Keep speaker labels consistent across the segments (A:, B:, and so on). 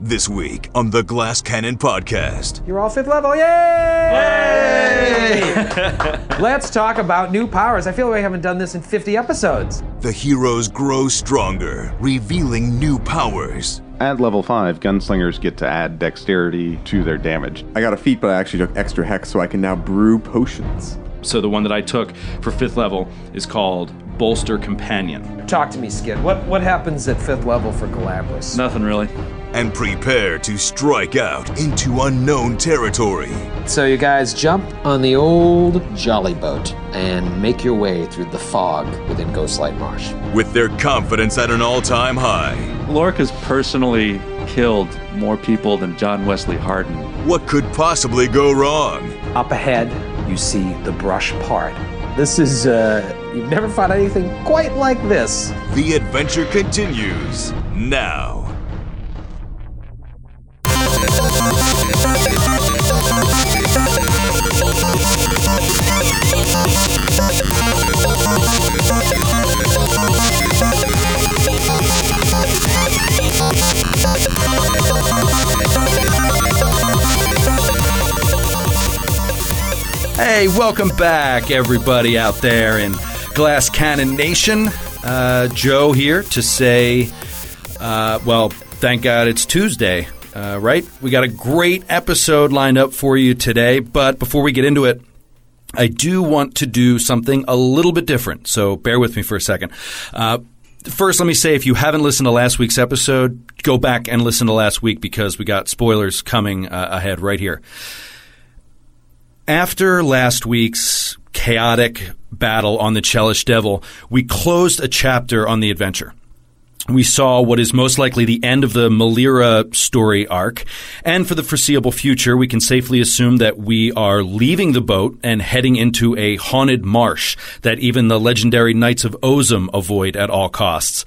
A: This week on the Glass Cannon Podcast.
B: You're all fifth level, yay! Let's talk about new powers. I feel we haven't done this in 50 episodes.
A: The heroes grow stronger, revealing new powers.
C: At level 5, gunslingers get to add dexterity to their damage.
D: I got a feat, but I actually took extra hex, so I can now brew potions.
E: So the one that I took for fifth level is called Bolster Companion.
B: Talk to me, Skid. What what happens at fifth level for Galabras?
E: Nothing really.
A: And prepare to strike out into unknown territory.
F: So you guys jump on the old jolly boat and make your way through the fog within Ghostlight Marsh.
A: With their confidence at an all time high,
G: Lorca's personally killed more people than John Wesley Hardin.
A: what could possibly go wrong?
B: Up ahead, you see the brush part. This is uh you've never fought anything quite like this.
A: The adventure continues now.
H: Hey, welcome back, everybody out there in Glass Cannon Nation. Uh, Joe here to say, uh, well, thank God it's Tuesday, uh, right? We got a great episode lined up for you today, but before we get into it, I do want to do something a little bit different, so bear with me for a second. Uh, First, let me say if you haven't listened to last week's episode, go back and listen to last week because we got spoilers coming uh, ahead right here. After last week's chaotic battle on the Chellish Devil, we closed a chapter on the adventure. We saw what is most likely the end of the Malira story arc, and for the foreseeable future, we can safely assume that we are leaving the boat and heading into a haunted marsh that even the legendary Knights of Ozum avoid at all costs.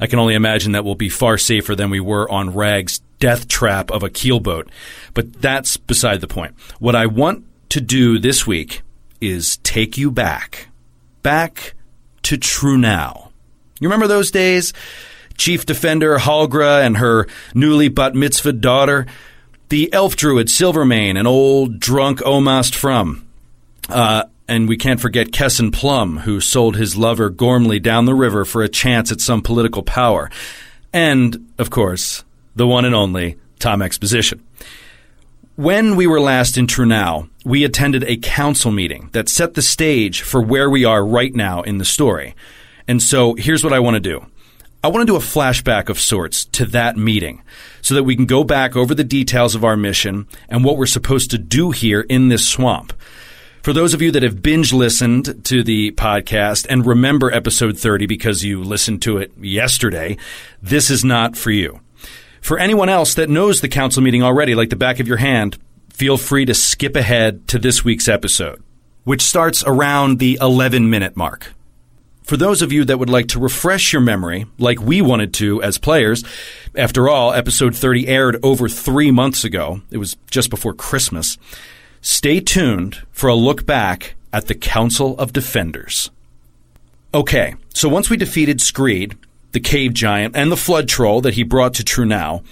H: I can only imagine that we'll be far safer than we were on Rag's death trap of a keelboat. But that's beside the point. What I want to do this week is take you back, back to True Now. You remember those days? Chief Defender Halgra and her newly bat mitzvah daughter, the elf druid Silvermane and old drunk Omast From. Uh, and we can't forget Kesson Plum, who sold his lover Gormley down the river for a chance at some political power. And, of course, the one and only Tom Exposition. When we were last in Trunau, we attended a council meeting that set the stage for where we are right now in the story. And so here's what I want to do. I want to do a flashback of sorts to that meeting so that we can go back over the details of our mission and what we're supposed to do here in this swamp. For those of you that have binge listened to the podcast and remember episode 30 because you listened to it yesterday, this is not for you. For anyone else that knows the council meeting already, like the back of your hand, feel free to skip ahead to this week's episode, which starts around the 11 minute mark. For those of you that would like to refresh your memory, like we wanted to as players, after all, episode 30 aired over three months ago. It was just before Christmas. Stay tuned for a look back at the Council of Defenders. Okay, so once we defeated Screed, the cave giant, and the flood troll that he brought to Trunau,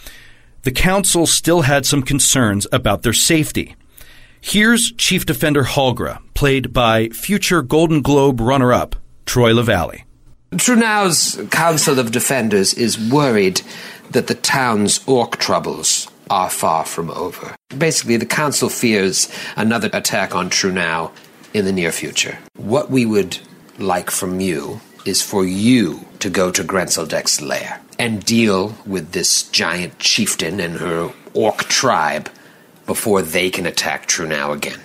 H: the council still had some concerns about their safety. Here's Chief Defender Halgra, played by future Golden Globe runner up Troy LaValle.
I: Trunau's Council of Defenders is worried that the town's orc troubles are far from over. Basically, the council fears another attack on Trunau in the near future. What we would like from you is for you to go to Grenzeldeck's lair and deal with this giant chieftain and her orc tribe before they can attack Trunau again.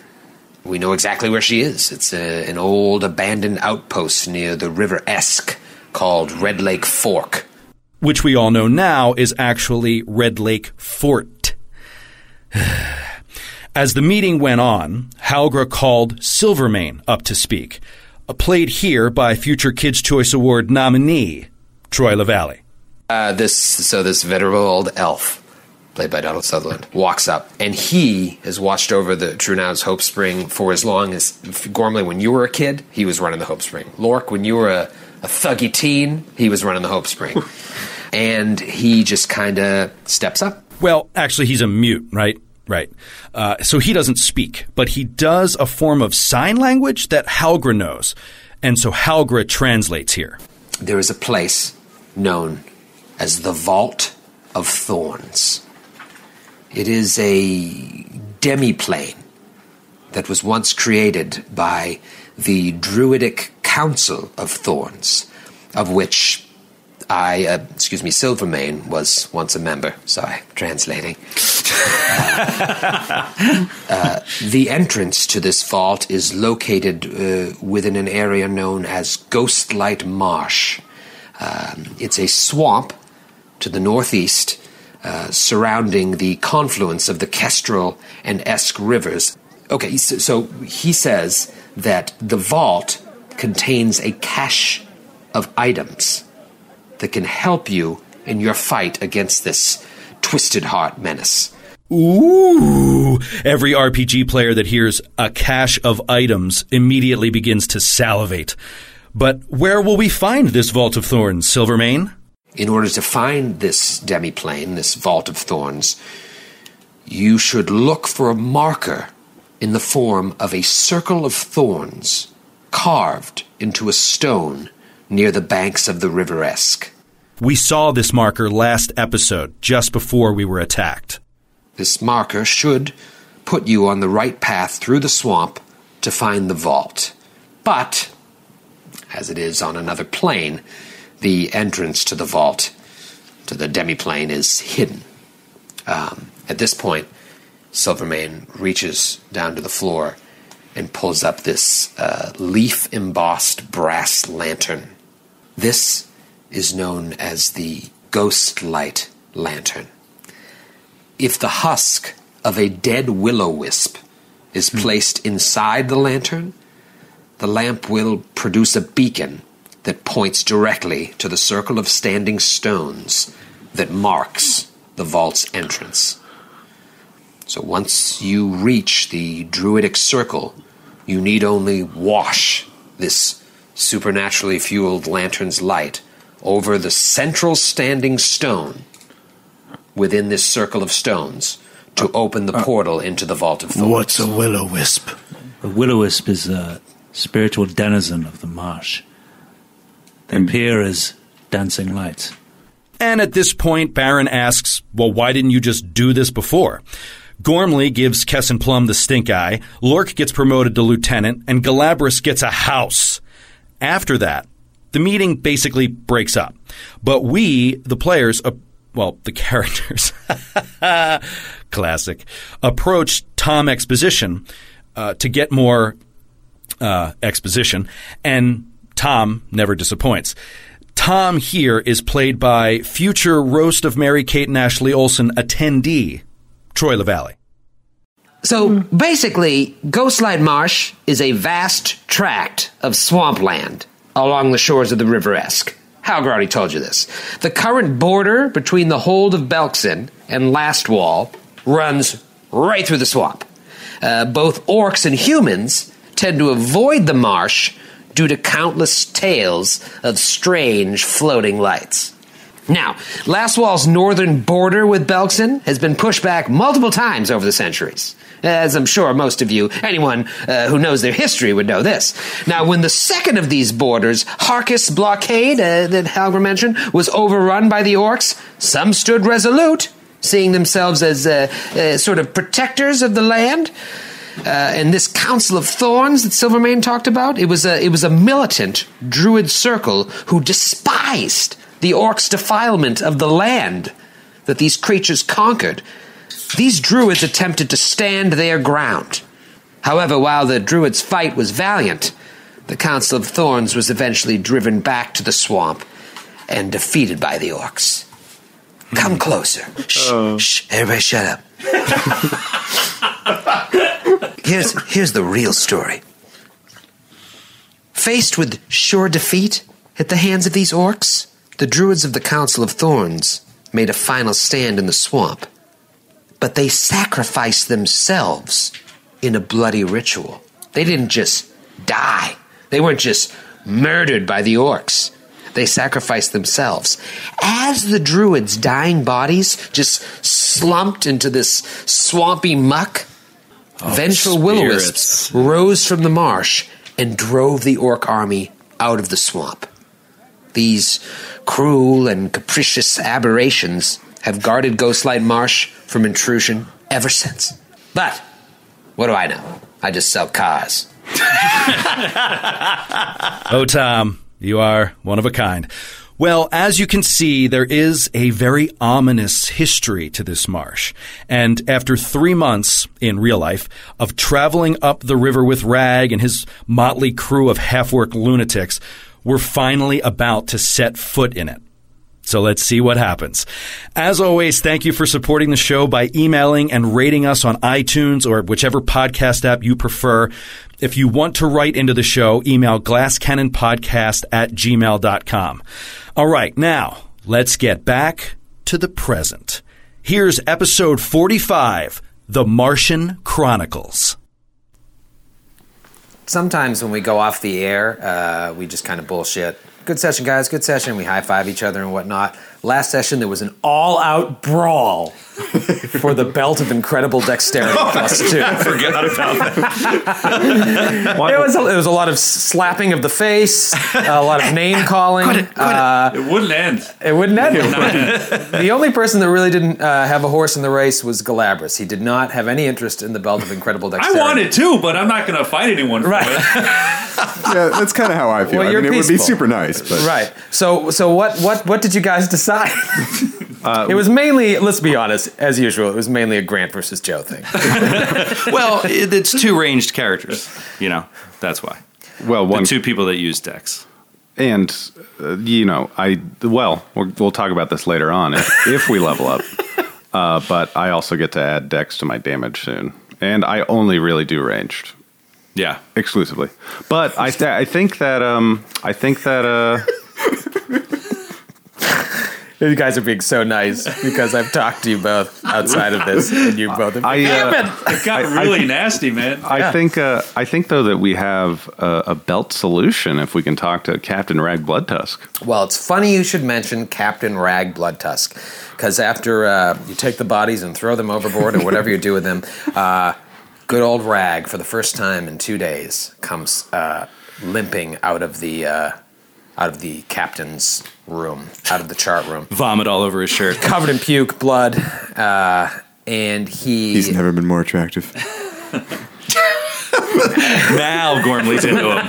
I: We know exactly where she is. It's a, an old abandoned outpost near the River Esk called Red Lake Fork.
H: which we all know now is actually Red Lake Fort. As the meeting went on, Halgra called Silvermane up to speak, uh, played here by future Kids' Choice Award nominee Troy LaValle.
I: Uh, this so this venerable old elf, played by Donald Sutherland, walks up, and he has watched over the Trunau's Hope Spring for as long as Gormley. When you were a kid, he was running the Hope Spring. Lork, when you were a, a thuggy teen, he was running the Hope Spring, and he just kind of steps up
H: Well, actually, he's a mute, right? Right. Uh, so he doesn't speak, but he does a form of sign language that Halgra knows. And so Halgra translates here.
I: There is a place known as the Vault of Thorns. It is a demiplane that was once created by the Druidic Council of Thorns, of which I, uh, excuse me, Silvermane was once a member. Sorry, translating. The entrance to this vault is located uh, within an area known as Ghostlight Marsh. Um, it's a swamp to the northeast, uh, surrounding the confluence of the Kestrel and Esk rivers. Okay, so, so he says that the vault contains a cache of items that can help you in your fight against this twisted heart menace.
H: Ooh! Every RPG player that hears a cache of items immediately begins to salivate. But where will we find this Vault of Thorns, Silvermane?
I: In order to find this demiplane, this vault of thorns, you should look for a marker in the form of a circle of thorns carved into a stone near the banks of the River Esk.
H: We saw this marker last episode, just before we were attacked.
I: This marker should put you on the right path through the swamp to find the vault. But, as it is on another plane, the entrance to the vault, to the demiplane, is hidden. Um, at this point, Silvermane reaches down to the floor and pulls up this uh, leaf embossed brass lantern. This is known as the Ghost Light Lantern if the husk of a dead willow wisp is placed inside the lantern, the lamp will produce a beacon that points directly to the circle of standing stones that marks the vault's entrance. So once you reach the druidic circle, you need only wash this supernaturally fueled lantern's light over the central standing stone within this circle of stones to open the portal into the Vault of Thorns.
J: What's a willow wisp? A willow wisp is a spiritual denizen of the marsh. They
H: Hmm.
J: appear as dancing lights.
H: And at this point, Baron asks, Well, why didn't you just do this before? Gormley gives Kess and Plum the stink eye, Lork gets promoted to lieutenant, and Galabras gets a house. After that, the meeting basically breaks up. But we, the players, uh, well, the characters, classic, approach Tom Exposition uh, to get more uh, exposition, and Tom never disappoints. Tom here is played by future roast of Mary Kate and Ashley Olsen attendee Troy LaValle.
I: So basically, Ghostlight Marsh is a vast tract of swampland along the shores of the River Esk. Halgar already told you this. The current border between the hold of Belkson and Last Wall runs right through the swamp. Uh, both orcs and humans tend to avoid the marsh due to countless tales of strange floating lights. Now, Last Wall's northern border with Belkson has been pushed back multiple times over the centuries. As I'm sure most of you, anyone uh, who knows their history, would know this. Now, when the second of these borders, Harkus blockade, uh, that Halger mentioned, was overrun by the orcs, some stood resolute, seeing themselves as uh, uh, sort of protectors of the land uh, and this Council of Thorns that Silvermane talked about, it was a it was a militant druid circle who despised the orcs' defilement of the land that these creatures conquered. These druids attempted to stand their ground. However, while the druids' fight was valiant, the Council of Thorns was eventually driven back to the swamp and defeated by the orcs. Come closer. Shh, shh, everybody shut up. Here's here's the real story. Faced with sure defeat at the hands of these orcs, the druids of the Council of Thorns made a final stand in the swamp, but they sacrificed themselves in a bloody ritual. They didn't just die. They weren't just murdered by the orcs. They sacrificed themselves. As the druid's dying bodies just slumped into this swampy muck, vengeful will o wisps rose from the marsh and drove the orc army out of the swamp. These cruel and capricious aberrations have guarded Ghostlight Marsh from intrusion ever since. But what do I know? I just sell cars.
H: Oh, Tom, you are one of a kind. Well, as you can see, there is a very ominous history to this marsh. And after three months in real life of traveling up the river with Rag and his motley crew of half-work lunatics, we're finally about to set foot in it. So let's see what happens. As always, thank you for supporting the show by emailing and rating us on iTunes or whichever podcast app you prefer. If you want to write into the show, email glasscannonpodcast at gmail.com. All right, now let's get back to the present. Here's episode 45 The Martian Chronicles.
I: Sometimes when we go off the air, uh, we just kind of bullshit. Good session, guys. Good session. We high five each other and whatnot. Last session, there was an all out brawl for the belt of incredible dexterity plus two.
K: Forgot about that.
I: It was, a, it was a lot of slapping of the face, a lot of name calling.
E: it wouldn't end.
I: It wouldn't end. the only person that really didn't uh, have a horse in the race was Galabras. He did not have any interest in the belt of incredible
E: I
I: dexterity.
E: want it too, but I'm not going to fight anyone for it.
D: Yeah, that's kind of how I feel.
I: Well,
D: I
I: you're
D: mean, it would be
I: peaceful.
D: super nice, but
I: Right. So, so what, what, what did you guys decide? it was mainly, let's be honest, as usual, it was mainly a Grant versus Joe thing.
K: well, it, it's two ranged characters. You know, that's why.
C: Well,
K: The
C: one
K: two people that use decks.
C: and uh, you know, I well, we're, we'll talk about this later on if, if we level up. Uh, but I also get to add dex to my damage soon, and I only really do ranged
K: Yeah.
C: exclusively. But I, th- I think that um, I think that uh,
I: you guys are being so nice because I've talked to you both outside of this, and you both have
C: I uh,
E: It got really nasty, man.
C: I think uh, I think though that we have a, a belt solution if we can talk to Captain Rag Bloodtusk.
I: Well, it's funny you should mention Captain Rag Bloodtusk, because after uh, you take the bodies and throw them overboard or whatever you do with them, uh, good old Rag, for the first time in two days, comes uh, limping out of the uh, out of the captain's room, out of the chart room,
K: Vomit all over his shirt.
I: covered in puke, blood, uh, and he
D: he's never been more attractive.
K: now Gormley's into him.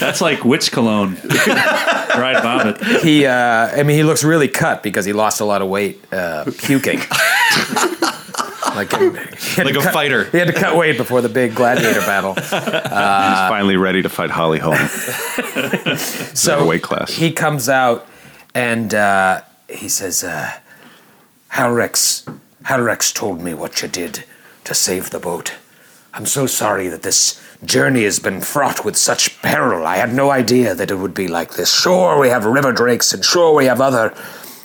E: That's like witch cologne. Dried vomit.
I: he uh, I mean he looks really cut because he lost a lot of weight uh, puking. like
K: Like a fighter.
I: He had to cut weight before the big gladiator battle.
C: He's finally ready to fight Holly Holm.
I: So
C: weight class.
I: he comes out and uh, he says, uh, "Halrex, Halrex told me what you did to save the boat. I'm so sorry that this journey has been fraught with such peril. I had no idea that it would be like this. Sure, we have river drakes, and sure we have other."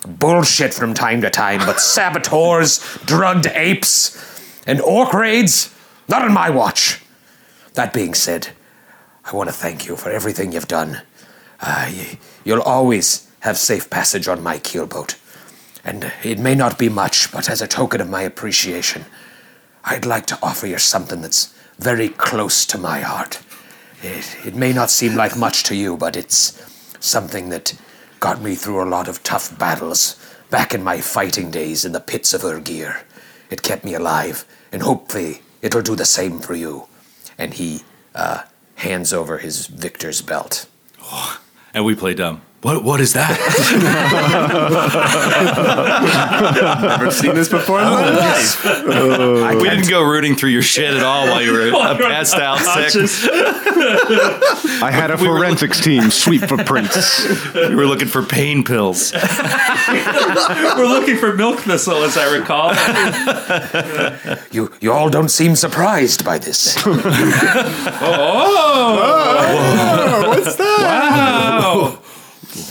I: Bullshit from time to time, but saboteurs, drugged apes, and orc raids? Not on my watch. That being said, I want to thank you for everything you've done. Uh, y- you'll always have safe passage on my keelboat. And it may not be much, but as a token of my appreciation, I'd like to offer you something that's very close to my heart. It, it may not seem like much to you, but it's something that got me through a lot of tough battles back in my fighting days in the pits of Urgir. It kept me alive, and hopefully it'll do the same for you. And he uh, hands over his victor's belt.
K: And we play dumb. What, what is that?
D: I've seen this before. in
I: Oh,
D: my life.
K: we didn't go rooting through your shit at all while you were uh, passed out sick.
C: I had a
K: were-
C: forensics team sweep for prints.
K: We were looking for pain pills.
E: We're looking for milk thistle, as I recall.
I: You, you all don't seem surprised by this.
D: Oh, what's that?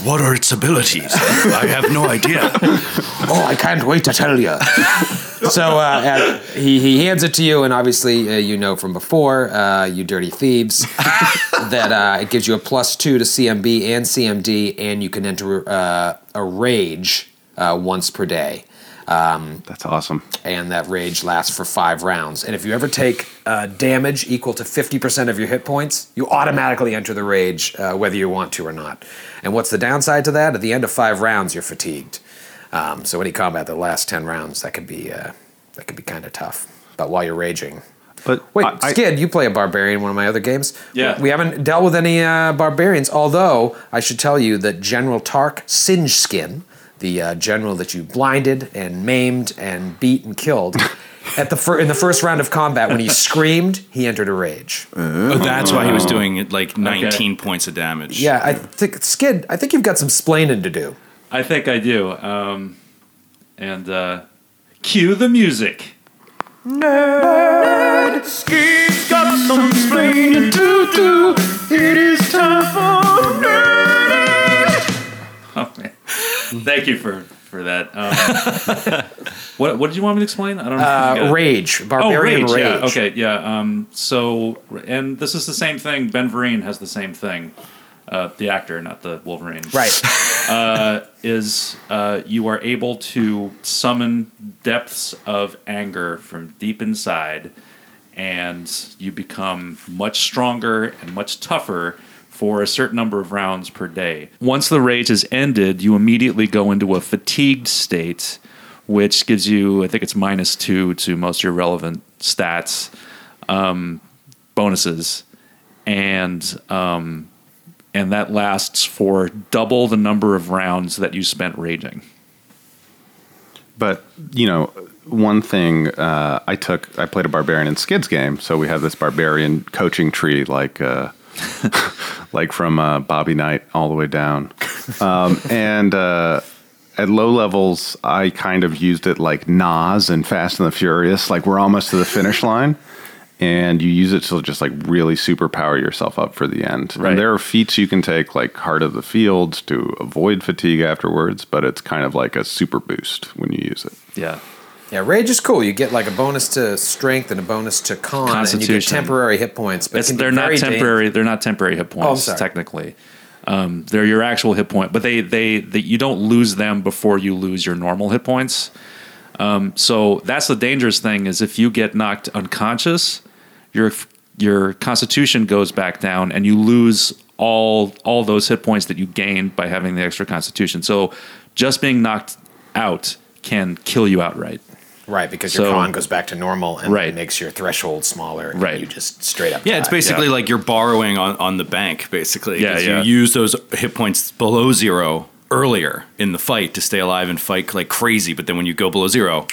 K: What are its abilities? I have no idea.
I: oh, I can't wait to tell you. so uh, uh, he, he hands it to you, and obviously uh, you know from before, uh, you dirty thieves. that uh, it gives you a plus two to CMB and CMD, and you can enter uh, a rage uh, once per day. Um,
C: That's awesome.
I: and that rage lasts for five rounds. And if you ever take uh, damage equal to 50% of your hit points, you automatically enter the rage, uh, whether you want to or not. And what's the downside to that? At the end of five rounds, you're fatigued. Um, so any combat that lasts 10 rounds, that could be, uh, that could be kind of tough. But while you're raging,
C: But
I: Wait,
C: I- I-
I: Skid, you play a barbarian in one of my other games.
L: Yeah.
I: We haven't dealt with any uh, barbarians, although I should tell you that General Tark Singeskin, the uh, general that you blinded and maimed and beat and killed, at the fir- in the first round of combat, when he screamed, he entered a rage.
H: Oh, that's why he was doing it like 19 points of damage.
I: Yeah, I think, Skid, I think you've got some splaining to do.
E: I think I do. Um, and uh, cue the music. Nerd, got some explaining to do. It is time for Oh, Thank you for for that. Um, what what did you want me to explain? I don't know. if you got
I: Uh,
E: it.
I: rage,
E: Oh,
I: barbarian
E: rage,
I: rage.
E: Yeah. Okay. Yeah. Um, so, and this is the same thing. Ben Vereen has the same thing. Uh, the actor, not the Wolverine.
I: Right.
E: uh, is uh, you are able to summon depths of anger from deep inside, and you become much stronger and much tougher for a certain number of rounds per day. Once the rage is ended, you immediately go into a fatigued state, which gives you, I think it's minus two to most of your relevant stats, um, bonuses, and um, and that lasts for double the number of rounds that you spent raging.
C: But you know, one thing uh, I took, I played a barbarian in Skid's game, so we have this barbarian coaching tree, like uh, like from uh, Bobby Knight all the way down. Um, and uh, at low levels, I kind of used it like Nas and Fast and the Furious, like we're almost to the finish line. And you use it to just like really superpower yourself up for the end.
E: Right.
C: And there are feats you can take, like Heart of the Field, to avoid fatigue afterwards, but it's kind of like a super boost when you use it.
E: Yeah.
I: Yeah, rage is cool. You get like a bonus to strength and a bonus to con, and you get
E: Constitution.
I: temporary hit points. But it
E: It's,
I: can be
E: they're not
I: very dang-
E: temporary. They're not temporary hit
I: I'm
E: points
I: sorry.
E: technically. Um, they're your actual hit point, but they they that you don't lose them before you lose your normal hit points. Um, so that's the dangerous thing is if you get knocked unconscious, your your constitution goes back down and you lose all all those hit points that you gained by having the extra constitution. So just being knocked out can kill you outright.
I: Right, because your
E: So-
I: con goes back to normal and
E: Right.
I: makes your threshold smaller. and
E: Right.
I: You just straight up.
H: Yeah, it's
I: die.
H: basically like you're borrowing on, on the bank, basically. 'cause
E: Yeah, yeah.
H: You use those hit points below zero earlier in the fight to stay alive and fight like crazy, but then when you go below zero,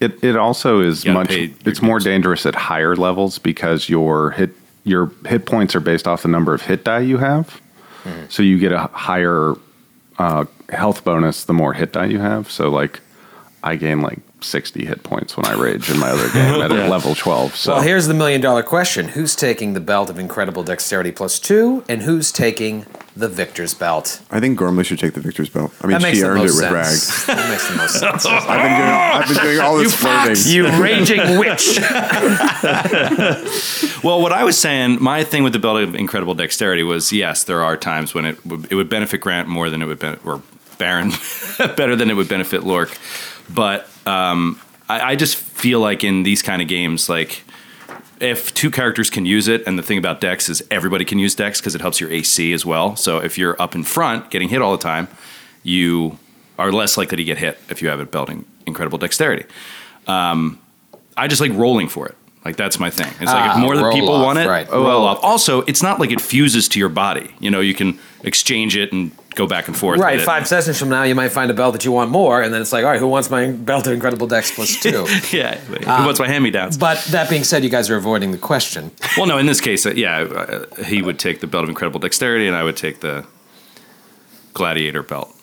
C: It it also is
H: You gotta
C: much.
H: pay your
C: It's more
H: dues.
C: dangerous at higher levels because your hit your hit points are based off the number of hit die you have.
H: Mm-hmm.
C: So you get a higher uh, health bonus the more hit die you have. So like, I gain like sixty hit points when I rage in my other game at
E: Yeah.
C: level twelve. So
I: Well, here's the million dollar question: Who's taking the belt of incredible dexterity plus two, and who's taking the victor's belt?
D: I think Gormley should take the victor's belt. I mean,
I: That makes
D: she
I: the
D: earned it
I: most
D: with rags.
I: sense. That makes the most sense.
D: I've been doing, I've been doing all this flirting.
I: Ah! you raging witch!
H: Well, what I was saying, my thing with the belt of incredible dexterity was yes, there are times when it would, it would benefit Grant more than it would ben- or Baron better than it would benefit Lork, but um, I, I just feel like in these kind of games, like if two characters can use it, and the thing about Dex is everybody can use Dex because it helps your AC as well. So if you're up in front getting hit all the time, you are less likely to get hit if you have it belting incredible dexterity. I just like rolling for it. Like that's my thing. It's like
I: Ah,
H: if more than
I: roll
H: people
I: off,
H: want it,
I: right.
H: roll off. Also, it's not like it fuses to your body. You know, you can exchange it and go back and forth.
I: right,
H: with it.
I: five sessions from now, you might find a belt that you want more, and then it's like, all right, who wants my belt of incredible dex plus two?
H: Yeah. Who wants my hand me downs?
I: but that being said, you guys are avoiding the question.
H: Well, no. In this case, uh, yeah, uh, he would take the belt of incredible dexterity, and I would take the gladiator belt.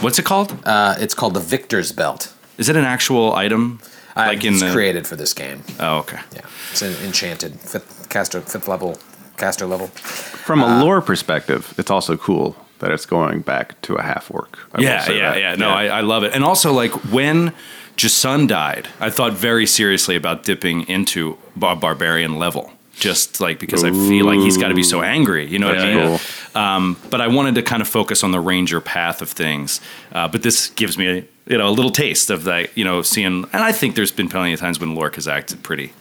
H: What's it called?
I: Uh, it's called the victor's belt.
H: Is it an actual item?
I: Uh,
H: like in
I: it's
H: the
I: created for this game.
H: oh, okay.
I: Yeah, it's an enchanted fifth caster, fifth level caster level.
C: from
I: uh,
C: a lore perspective, it's also cool that it's going back to a half orc. I will
H: yeah,
C: say
H: yeah,
C: that.
H: yeah. No, I, I love it. And also, like when Jason died, I thought very seriously about dipping into a barbarian level
J: just like because I feel like he's got to be so angry. You know what I
E: That's
J: mean?
E: cool.
J: Um, but I wanted to kind of focus on the ranger path of things. Uh, but this gives me a, you know a little taste of that. You know, seeing and I think there's been plenty of times when Lork has acted pretty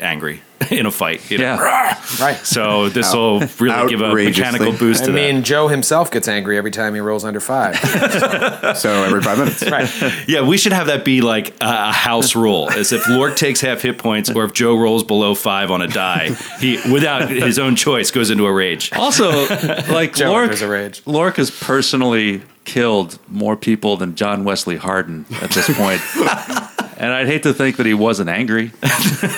J: angry in a fight. You know?
I: right.
J: So this will really give a mechanical boost to
I: I mean, Joe himself gets angry every time he rolls under five.
J: that. So every five minutes, right? Yeah, we should have that be like a a house rule, as if Lork takes half hit points, or if Joe rolls below five on a die, he without his own choice goes into a rage.
E: Also, like
J: Joe
E: Lork,
J: enters a rage.
E: Lork has personally killed more people than John Wesley Hardin at this point. And I'd hate to think that he wasn't angry.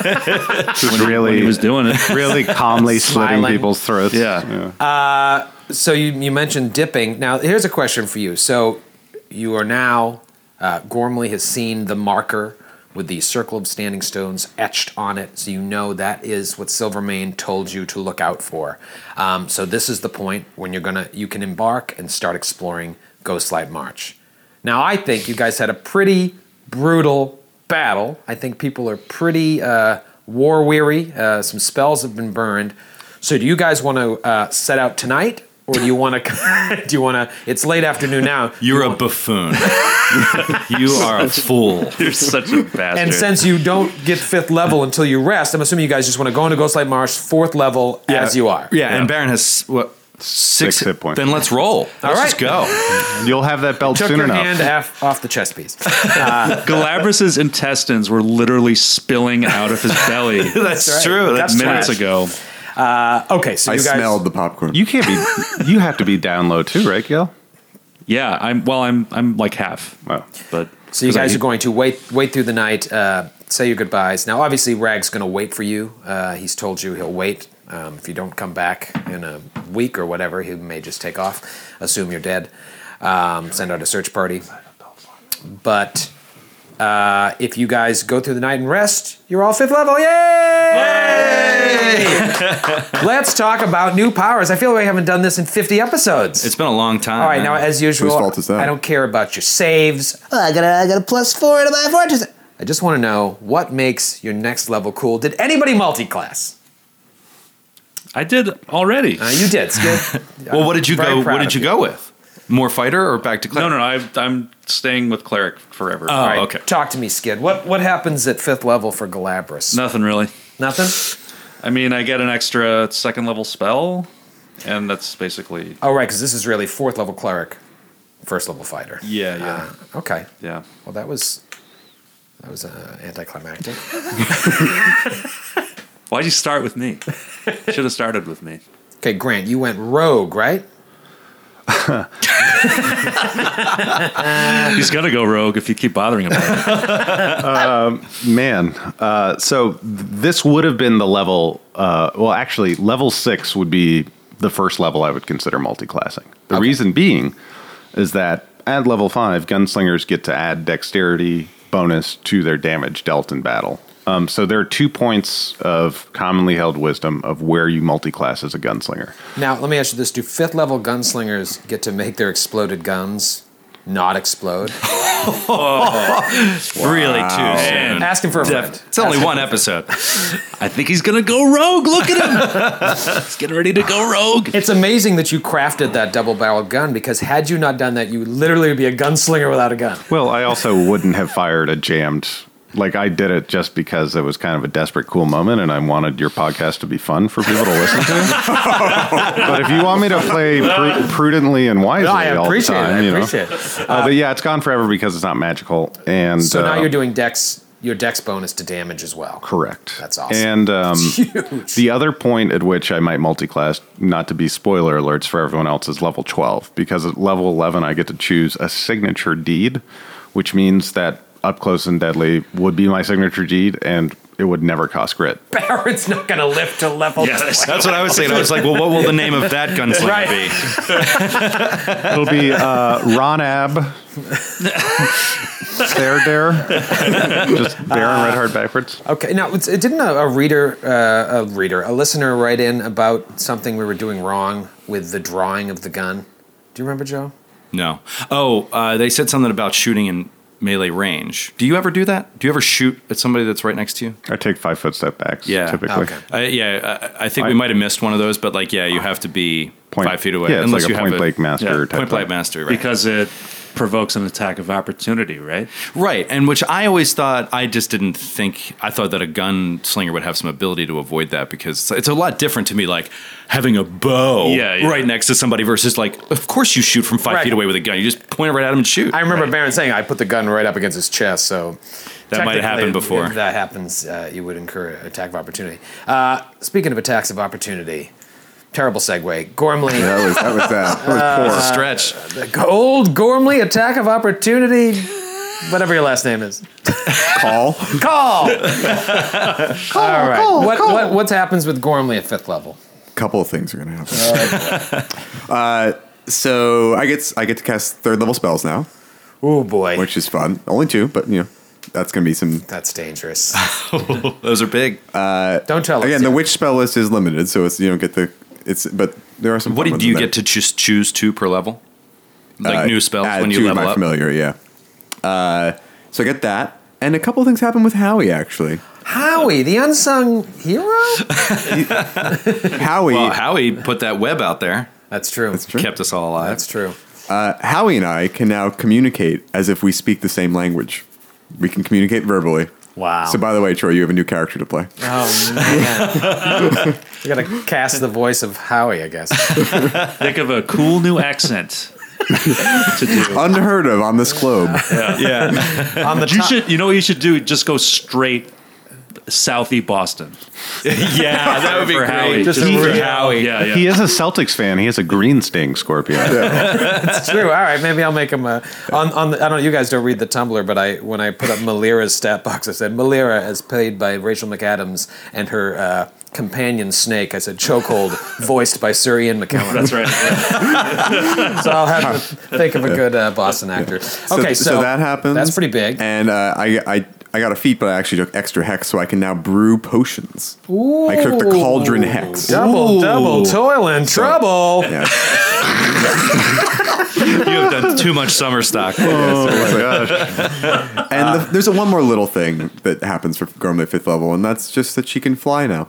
C: Just really,
E: he was doing it.
C: really calmly slitting
I: Smiling.
C: people's throats. Yeah.
I: Uh, so you, you mentioned dipping. Now, here's a question for you. So you are now, uh, Gormley has seen the marker with the circle of standing stones etched on it. So you know that is what Silvermane told you to look out for. Um, so this is the point when you're gonna, you can embark and start exploring Ghostlight March. Now, I think you guys had a pretty brutal battle. I think people are pretty uh, war weary. Uh, some spells have been burned. So, do you guys want to uh, set out tonight, or do you want to? do you want to? It's late afternoon now.
J: You're a buffoon. you are a fool.
E: You're such a bastard.
I: And since you don't get fifth level until you rest, I'm assuming you guys just want to go into Ghostlight Marsh fourth level as you are.
J: Yeah, and Baron has what six, hit points. Then let's roll. Let's
I: All
J: just
I: right.
J: go.
C: You'll have that belt
I: Took your hand af- off the chest piece. Uh,
E: Galabras's intestines were literally spilling out of his belly.
J: That's That's right. true. That's
E: minutes
J: trash.
E: ago.
I: Uh, okay, so
E: I
I: you guys,
E: smelled
D: the popcorn.
C: You can't be. you have to be down low too, right, Gil?
E: Yeah, I'm. Well, I'm. I'm like half.
C: Wow.
E: But
I: So you guys are going to wait wait through the night, uh, say your goodbyes. Now, obviously, Rag's going to wait for you. Uh, he's told you he'll wait. Um, if you don't come back in a week or whatever, he may just take off, assume you're dead, um, send out a search party. But uh, if you guys go through the night and rest, you're all fifth level. Yay! Let's talk about new powers. I feel like we haven't done this in 50 episodes.
J: It's been a long time.
I: All right, now as usual, I don't care about your saves. Oh, I got a, I got a plus four to my fortress. I just want to know what makes your next level cool. Did anybody multi-class?
E: I did already.
I: Uh, you did. Skip.
J: well, what did you
E: Very
J: go?
E: proud
J: What did
E: of
J: you
E: you.
J: go with? More fighter or back to
E: No, no, no. I, I'm staying with cleric forever.
I: All right, Talk to me, Skid. What what happens at fifth level for Galabras?
E: Nothing really.
I: Nothing.
E: I mean, I get an extra second level spell, and that's basically.
I: Oh, right, because this is really fourth level cleric, first level fighter.
E: Yeah, yeah,
I: Okay.
E: yeah.
I: Well, that was that was uh, anticlimactic.
E: Why'd you start with me? Should have started with me.
I: Okay, Grant, you went rogue, right?
E: He's gonna go rogue if you keep bothering him.
C: um, man, uh, so th- this would have been the level. Uh, well, actually, level six would be the first level I would consider multi-classing. The reason being is that at level five, gunslingers get to add dexterity bonus to their damage dealt in battle. Um, so there are two points of commonly held wisdom of where you multi-class as a gunslinger.
I: Now, let me ask you this: Do fifth level gunslingers get to make their exploded guns not explode?
J: Really, too soon.
I: Ask him for a
J: Def-
I: friend.
J: It's only
I: Ask him
J: one
I: for a
J: episode.
E: I think he's gonna go rogue. Look at him.
I: friend.
E: He's getting ready to go rogue.
I: It's amazing that you crafted that double-barreled gun because had you not done that, you would literally be a gunslinger without a gun.
C: Well, I also wouldn't have fired a jammed. Like I did it just because it was kind of a desperate, cool moment, and I wanted your podcast to be fun for people to listen to. but if you want me to play pr- prudently and wisely,
I: No, I
C: all the
I: appreciate it.
C: time,
I: I
C: you know.
I: appreciate
C: Uh,
I: it. Um,
C: but yeah, it's gone forever because it's not magical. And
I: so
C: uh,
I: now you're doing dex, your dex bonus to damage as well.
C: Correct.
I: That's awesome.
C: And um, the other point at which I might multiclass, not to be spoiler alerts for everyone else, is level 12, because at level 11, I get to choose a signature deed, which means that up close and deadly would be my signature deed, and it would never cost grit.
I: Baron's not going to live to level.
J: Yeah, that's- that's what I was saying. I was like, well, what will the name of that gunslinger
C: It'll be uh, Ronab, Stare Dare, just Baron Redheart backwards.
I: Okay, now it's, it didn't a, a reader, uh, a reader, a listener write in about something we were doing wrong with the drawing of the gun. Do you remember, Joe?
J: No. Oh, uh, they said something about shooting in melee range. Do you ever do that? Do you ever shoot at somebody that's right next to you?
C: I take five foot step backs.
J: Yeah,
C: typically.
J: I, yeah, I, I think
C: I-
J: we might have missed one of those, but like, yeah, you have to be five feet away.
C: yeah, it's
J: unless
C: like a
J: you have
C: point blank master type
J: point blank
C: thing.
J: master, right?
E: because it provokes an attack of opportunity, right?
J: Right, and which I always thought I just didn't think I thought that a gunslinger would have some ability to avoid that because it's- it's a lot different to me, like having a bow
I: Yeah, yeah.
J: right next to somebody versus like, of course you shoot from five
I: Right.
J: feet away with a gun, you just point it right at him and shoot.
I: I remember Baron saying, "I put the gun right up against his chest," so
J: That might
I: technically,
J: have happened before.
I: If that happens, uh, you would incur an attack of opportunity. Uh, speaking of attacks of opportunity, terrible segue. Gormley.
D: That was- that was, uh, that was poor.
I: Ah.
D: It's a
J: stretch.
I: The old Gormley attack of opportunity. Whatever your last name is.
D: Call.
I: Call. All right.
D: call,
I: what,
D: call.
I: what what happens with Gormley at fifth level?
D: couple of things are going to happen. uh, so I get I get to cast third level spells now.
I: Oh boy,
D: which is fun. Only two, but you know that's going to be some.
I: That's dangerous.
J: Those are big.
D: Uh,
I: Don't tell us,
D: again. The
I: yeah.
D: witch spell list is limited, so it's you don't get the it's. But there are some. fun
J: What did
D: ones
J: do
D: in
J: you
D: there.
J: get to just choose two per level? Like
D: Uh,
J: new spells
D: add
J: when
D: two
J: you
D: of
J: level
D: my
J: up.
D: familiar, yeah. Uh, so I get that, and a couple of things happen with Howie actually.
I: Howie, the unsung hero.
D: Howie.
J: Well, Howie put that web out there.
I: That's true. That's
D: Uh, true.
J: Kept us all alive.
I: That's true.
D: Uh, Howie and I can now communicate as if we speak the same language. We can communicate verbally.
I: Wow.
D: So, by the way, Troy, you have a new character to play.
I: Oh man, we gotta cast the voice of Howie, I guess.
E: Think of a cool new accent to do.
D: Unheard of on this globe.
E: Yeah,
I: On the
E: you
I: top-
E: should, you know, what you should do just go straight southy Boston.
J: yeah, that would be
E: For
J: great.
E: Howie.
J: Just
E: Just
J: for
E: for
J: Howie.
E: Yeah, yeah.
C: He is a Celtics fan. He has a green sting scorpion.
I: That's true. All right, maybe I'll make him a. On, on the, I don't know. You guys don't read the Tumblr, but I when I put up Malira's stat box, I said Malira as played by Rachel McAdams and her uh, companion Snake. I said chokehold voiced by Sir Ian McKellen.
E: That's right.
I: so I'll have to think of a good uh, Boston actor. Okay, so,
D: that happens. That's pretty
I: big.
D: And uh, I, I, I got a feat, but I actually took extra hex, so I can now brew potions.
I: Ooh.
D: I took the cauldron hex.
I: Double, double toil and
D: So-
I: trouble.
D: Yeah.
J: you have done too much summer stock.
D: Yes, and the, there's a one more little thing that happens for Gormley fifth level, and that's just that she can fly now.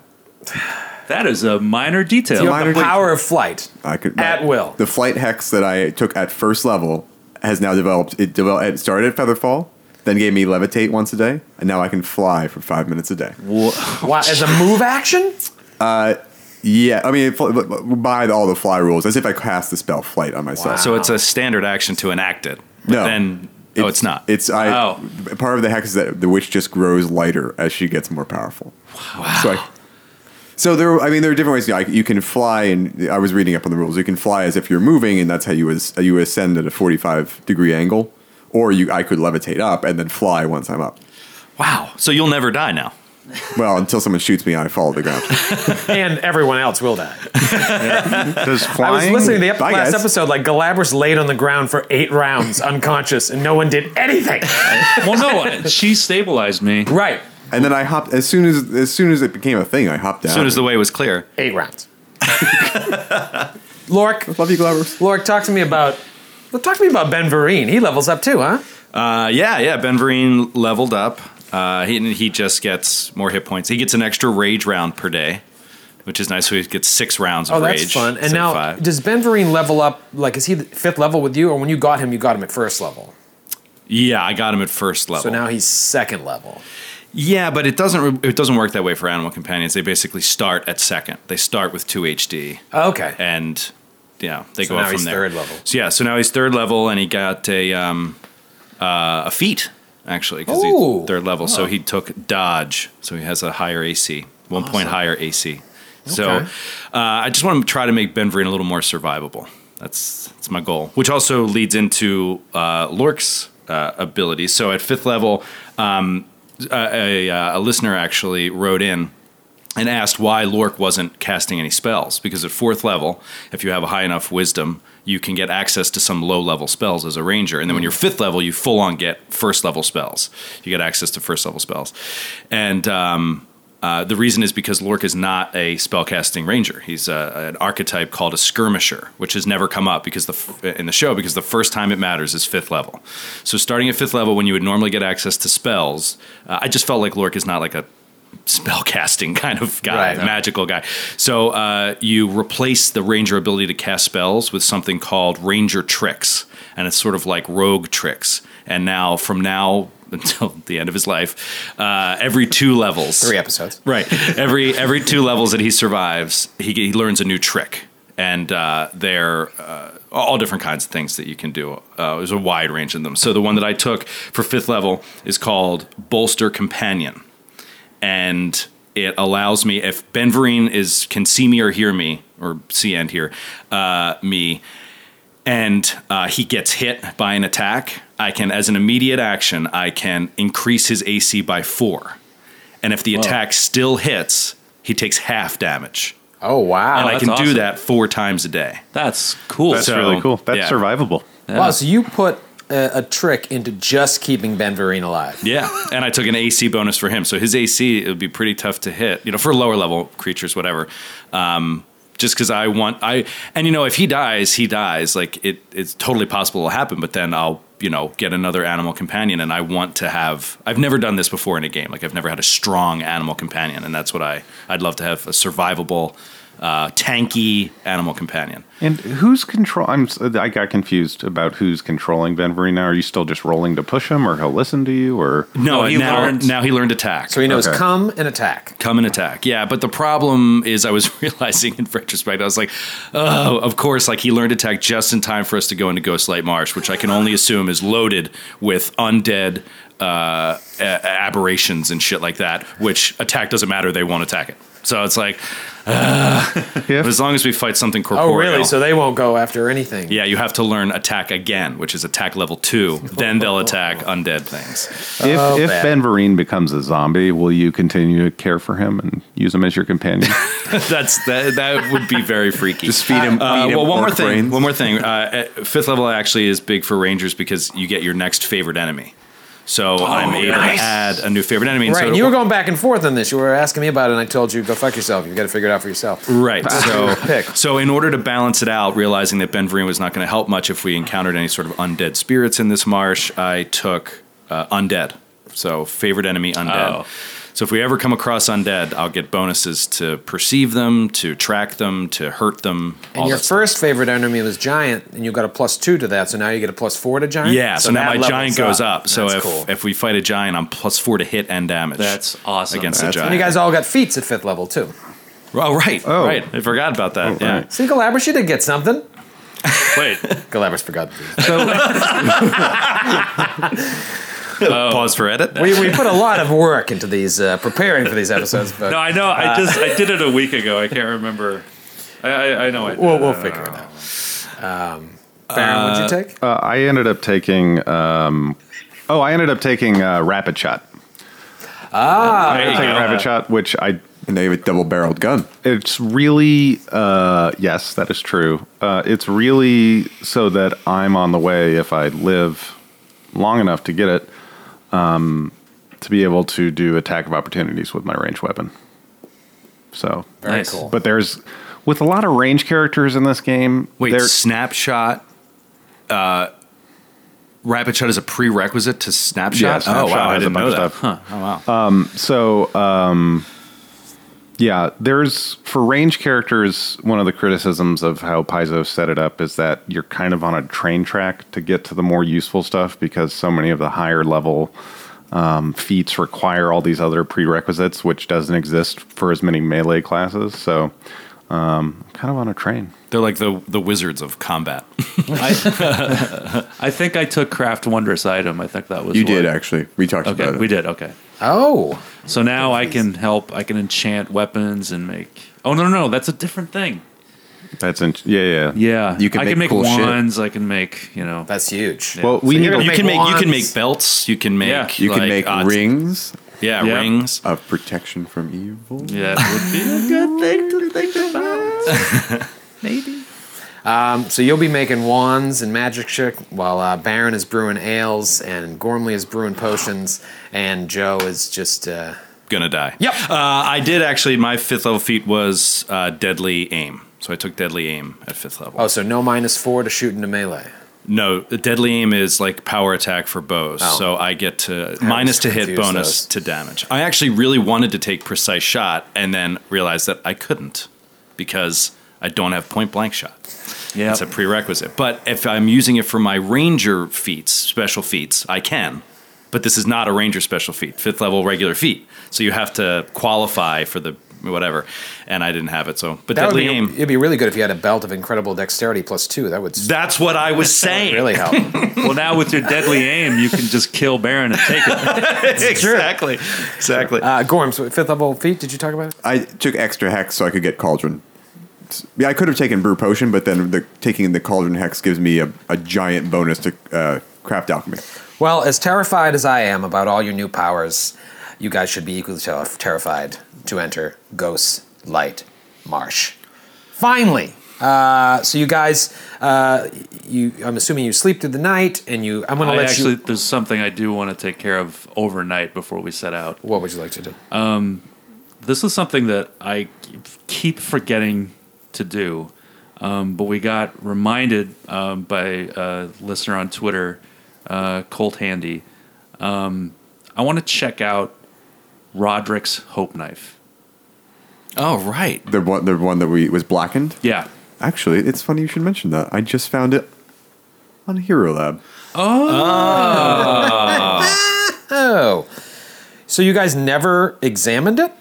E: That is a minor detail.
D: You have the Minor power
I: of flight.
D: I could
E: At
D: my-
E: will.
D: The flight hex that I took at first level has now developed. It developed. It started at Featherfall, then gave me levitate once a day, and now I can fly for five minutes a day.
I: Why, as a move action?
D: Uh, yeah, I mean, it fl- by all the fly rules, as if I cast the spell flight on myself.
J: So it's a standard action to enact it. But
D: No.
J: Then oh, it's not.
D: It's I.
J: Oh.
D: Part of the hex is that the witch just grows lighter as she gets more powerful. Wow. So, I, so there. I mean, there are different ways. You, know, like, you can fly, and I was reading up on the rules. You can fly as if you're moving, and that's how you as, you ascend at a 45 degree angle. Or you, I could levitate up and then fly once I'm up.
J: Wow. So you'll never die now.
D: Well, until someone shoots me, I fall to the ground.
I: and everyone else will die.
D: Does
I: I was listening to the ep-
D: Bye,
I: last
D: guys.
I: episode. Like Galabras laid on the ground for eight rounds, unconscious, and no one did anything.
E: well, no, she stabilized me.
I: Right.
D: And then I hopped as soon as as soon as it became a thing. I hopped down.
J: As soon as the way was clear.
I: Eight rounds. Lorik,
D: love you, Galabras.
I: Lorik, talk to me about. Well, talk to me about Ben Vereen. He levels up too, huh?
J: Uh, yeah, yeah. Ben Vereen leveled up. Uh, he he just gets more hit points. He gets an extra rage round per day, which is nice. So he gets six rounds
I: Oh,
J: of
I: that's
J: rage.
I: fun.
J: instead
I: And
J: of
I: now,
J: five.
I: does Ben Vereen level up? Like, is he the fifth level with you, or when you got him, you got him at first level?
J: yeah, I got him at first level.
I: So now he's second level.
J: Yeah, but it doesn't it doesn't work that way for animal companions. They basically start at second. They start with two HD.
I: Okay.
J: And yeah, they
I: So
J: go up
I: now
J: from
I: he's
J: there.
I: third level.
J: So yeah, so now he's third level, and he got a um, uh, a feat actually because
I: Oh.
J: he's third level. So
I: Oh.
J: he took dodge, so he has a higher AC, one
I: Awesome.
J: point higher AC. So
I: Okay.
J: uh, I just want to try to make Benverine a little more survivable. That's that's my goal, which also leads into uh, Lork's uh, ability. So at fifth level, um, a, a, uh, a listener actually wrote in and asked why Lork wasn't casting any spells. Because at fourth level, if you have a high enough wisdom, you can get access to some low level spells as a ranger. And then when you're fifth level, you full on get first level spells. You get access to first level spells. And um, Uh, the reason is because Lork is not a spellcasting ranger. He's uh an archetype called a skirmisher, which has never come up because the f- in the show because the first time it matters is fifth level. So starting at fifth level, when you would normally get access to spells, uh, I just felt like Lork is not like a spellcasting kind of guy, magical guy. So uh, you replace the ranger ability to cast spells with something called ranger tricks, and it's sort of like rogue tricks. And now, from now until the end of his life, uh, every two levels,
I: Three episodes.
J: right? Every every two levels that he survives, he, he learns a new trick, and uh, they're uh, all different kinds of things that you can do. Uh, there's a wide range in them. So the one that I took for fifth level is called Bolster Companion and it allows me if Benverine is can see me or hear me or see and hear uh, me, and uh, he gets hit by an attack. I can, as an immediate action, I can increase his AC by four, and if the attack still hits, he takes half damage.
I: Oh wow!
J: and I can do that four times a day.
L: That's cool.
C: That's really cool. That's
J: yeah.
C: survivable.
I: Wow, so you put a, a trick into just keeping Ben Vereen alive.
J: Yeah, and I took an AC bonus for him, so his AC it would be pretty tough to hit. You know, for lower level creatures, whatever. Um, just because I want I, and you know, if he dies, he dies. Like it, it's totally possible it'll happen. But then I'll, you know, get another animal companion, and I want to have. I've never done this before in a game. Like I've never had a strong animal companion, and that's what I. I'd love to have a survivable, uh, tanky animal companion.
C: And who's control? I'm s- I got confused about who's controlling Benverina. Are you still just rolling to push him, or he'll listen to you, or
J: No,
L: No, he
J: now,
L: learned-
J: now he learned attack.
I: So he knows
C: Okay.
I: come and attack.
J: Come and attack. Yeah, but the problem is, I was realizing in retrospect, I was like, oh, of course, like he learned attack just in time for us to go into Ghostlight Marsh, which I can only assume is loaded with undead uh, a- aberrations and shit like that, which attack doesn't matter. They won't attack it. So it's like, uh, but as long as we fight something corporeal.
I: Oh really? So they won't go after anything.
J: yeah, you have to learn attack again, which is attack level two. Then they'll attack undead things.
C: if if
I: bad.
C: Benverine becomes a zombie, will you continue to care for him and use him as your companion?
J: That's that. That would be very freaky.
D: Just feed him.
J: Uh,
D: feed him
J: well, one more
D: orc
J: thing.
D: brains.
J: One more thing. Uh, at- fifth level actually is big for rangers because you get your next favorite enemy. So
D: Oh,
J: I'm able to add a new favorite enemy. and
I: Right,
J: so
I: and you were going back and forth on this. You were asking me about it, and I told you, go fuck yourself. You've got to figure it out for yourself.
J: Right. So,
I: Ah, Pick.
J: so in order to balance it out, realizing that Benverine was not going to help much if we encountered any sort of undead spirits in this marsh, I took uh, undead. So favorite enemy undead.
E: Oh.
J: So if we ever come across undead, I'll get bonuses to perceive them, to track them, to hurt them.
I: And
J: all
I: your
J: that
I: first favorite enemy was giant, and you got a plus two to that, so now you get a plus four to giant.
J: Yeah, so, now
I: that
J: my
I: levels Ah,
J: giant goes up. So
I: That's
J: if
I: cool.
J: if we fight a giant, I'm plus four to hit and damage.
E: That's awesome.
J: against
D: That's-
J: the
I: and you
J: giant.
I: guys all got feats at fifth level too.
J: oh right,
C: Oh.
J: right. I forgot about that. yeah.
C: right.
I: See, Galabras, you did get something.
E: Wait,
I: Galabras forgot. the feats.
J: Pause for edit.
I: we, we put a lot of work into these uh, preparing for these episodes, but
E: no, I know. I just I did it a week ago. I can't remember. I I, I know. I did.
I: we'll, we'll figure it out. uh, Um, Baron, what'd you take?
C: uh, I ended up taking. Um, oh, I ended up taking uh, rapid shot. Ah, I ended up taking rapid shot, which I
D: And they have a double-barreled gun.
C: it's really uh yes that is true uh it's really so that i'm on the way if i live long enough to get it um to be able to do attack of opportunities with my range weapon so
I: Very
E: Nice.
I: cool.
C: but there's with a lot of range characters in this game
J: Wait,
C: there-
J: snapshot. Uh, rapid shot is a prerequisite to snapshot.
C: Yeah,
J: oh
C: Snapshot
J: wow, I
C: has a
J: didn't
C: bunch
J: know
C: of
J: that.
C: stuff.
J: Huh. Oh wow.
C: so um yeah there's for range characters one of the criticisms of how paizo set it up is that you're kind of on a train track to get to the more useful stuff because so many of the higher level um, feats require all these other prerequisites which doesn't exist for as many melee classes so um, kind of on a train
J: They're like the the wizards of combat.
E: I, I think I took craft wondrous item. I think that was
D: You
E: what-
D: did actually. We talked
E: Okay,
D: about it.
E: we did. Okay,
I: Oh,
E: so now I can help. I can enchant weapons and make. Oh no, no, no, that's a different thing.
C: that's in- yeah yeah
E: Yeah,
D: You can
E: I
D: make
E: can make
D: cool shit.
E: wands. I can make you know.
I: that's huge.
C: well we need
J: you
C: a,
J: can make you can
I: wands.
J: make belts. You can make
E: Yeah.
D: You can
J: like,
D: make
J: uh,
D: rings
J: Yeah,
E: Yeah.
J: rings.
D: of protection from evil.
E: Yeah, it would be a good thing to think about.
I: Um, so you'll be making wands and magic shit, while uh, Baron is brewing ales, and Gormley is brewing potions, and Joe is just uh,
J: gonna die. Yep. Uh, I did actually. My fifth level feat was uh, deadly aim, so I took deadly aim at fifth level.
I: Oh, so no minus four to shoot into melee.
J: No, the deadly aim is like power attack for bows,
I: Oh.
J: so I get to
I: I always
J: minus to hit,
I: confuse
J: bonus
I: those.
J: to damage. I actually really wanted to take precise shot, and then realized that I couldn't because I don't have point blank shot. Yeah, it's a prerequisite. But if I'm using it for my ranger feats, special feats, I can. But this is not a ranger special feat, fifth level regular feat. So you have to qualify for the whatever, and I didn't have it. So, but
I: That would
J: deadly
I: be-
J: aim.
I: It'd be really good if you had a belt of incredible dexterity plus two. That would.
J: That's what I was saying.
I: really help.
E: well, now with your deadly aim, you can just kill Baron and take it.
J: exactly. Exactly.
I: Uh, Gorms, fifth level feat. Did you talk about it?
D: I took extra hex so I could get cauldron. Yeah, I could have taken brew potion, but then the, taking the cauldron hex gives me a, a giant bonus to uh, craft alchemy.
I: Well, as terrified as I am about all your new powers, you guys should be equally ter- terrified to enter Ghost Light Marsh. Finally. Uh, so you guys, uh, you I'm assuming you sleep through the night, and you. I'm gonna
E: I
I: let
E: actually,
I: you.
E: there's something I do want to take care of overnight before we set out.
I: What would you like to do?
E: Um, this is something that I keep forgetting to do, um, but we got reminded um, by a listener on Twitter, uh, Colt Handy. Um, I want to check out Roderick's Hope Knife.
J: Oh right,
D: the one the one that we was blackened.
E: Yeah,
D: actually, it's funny you should mention that. I just found it on Hero Lab.
I: Oh. oh. So you guys never examined it?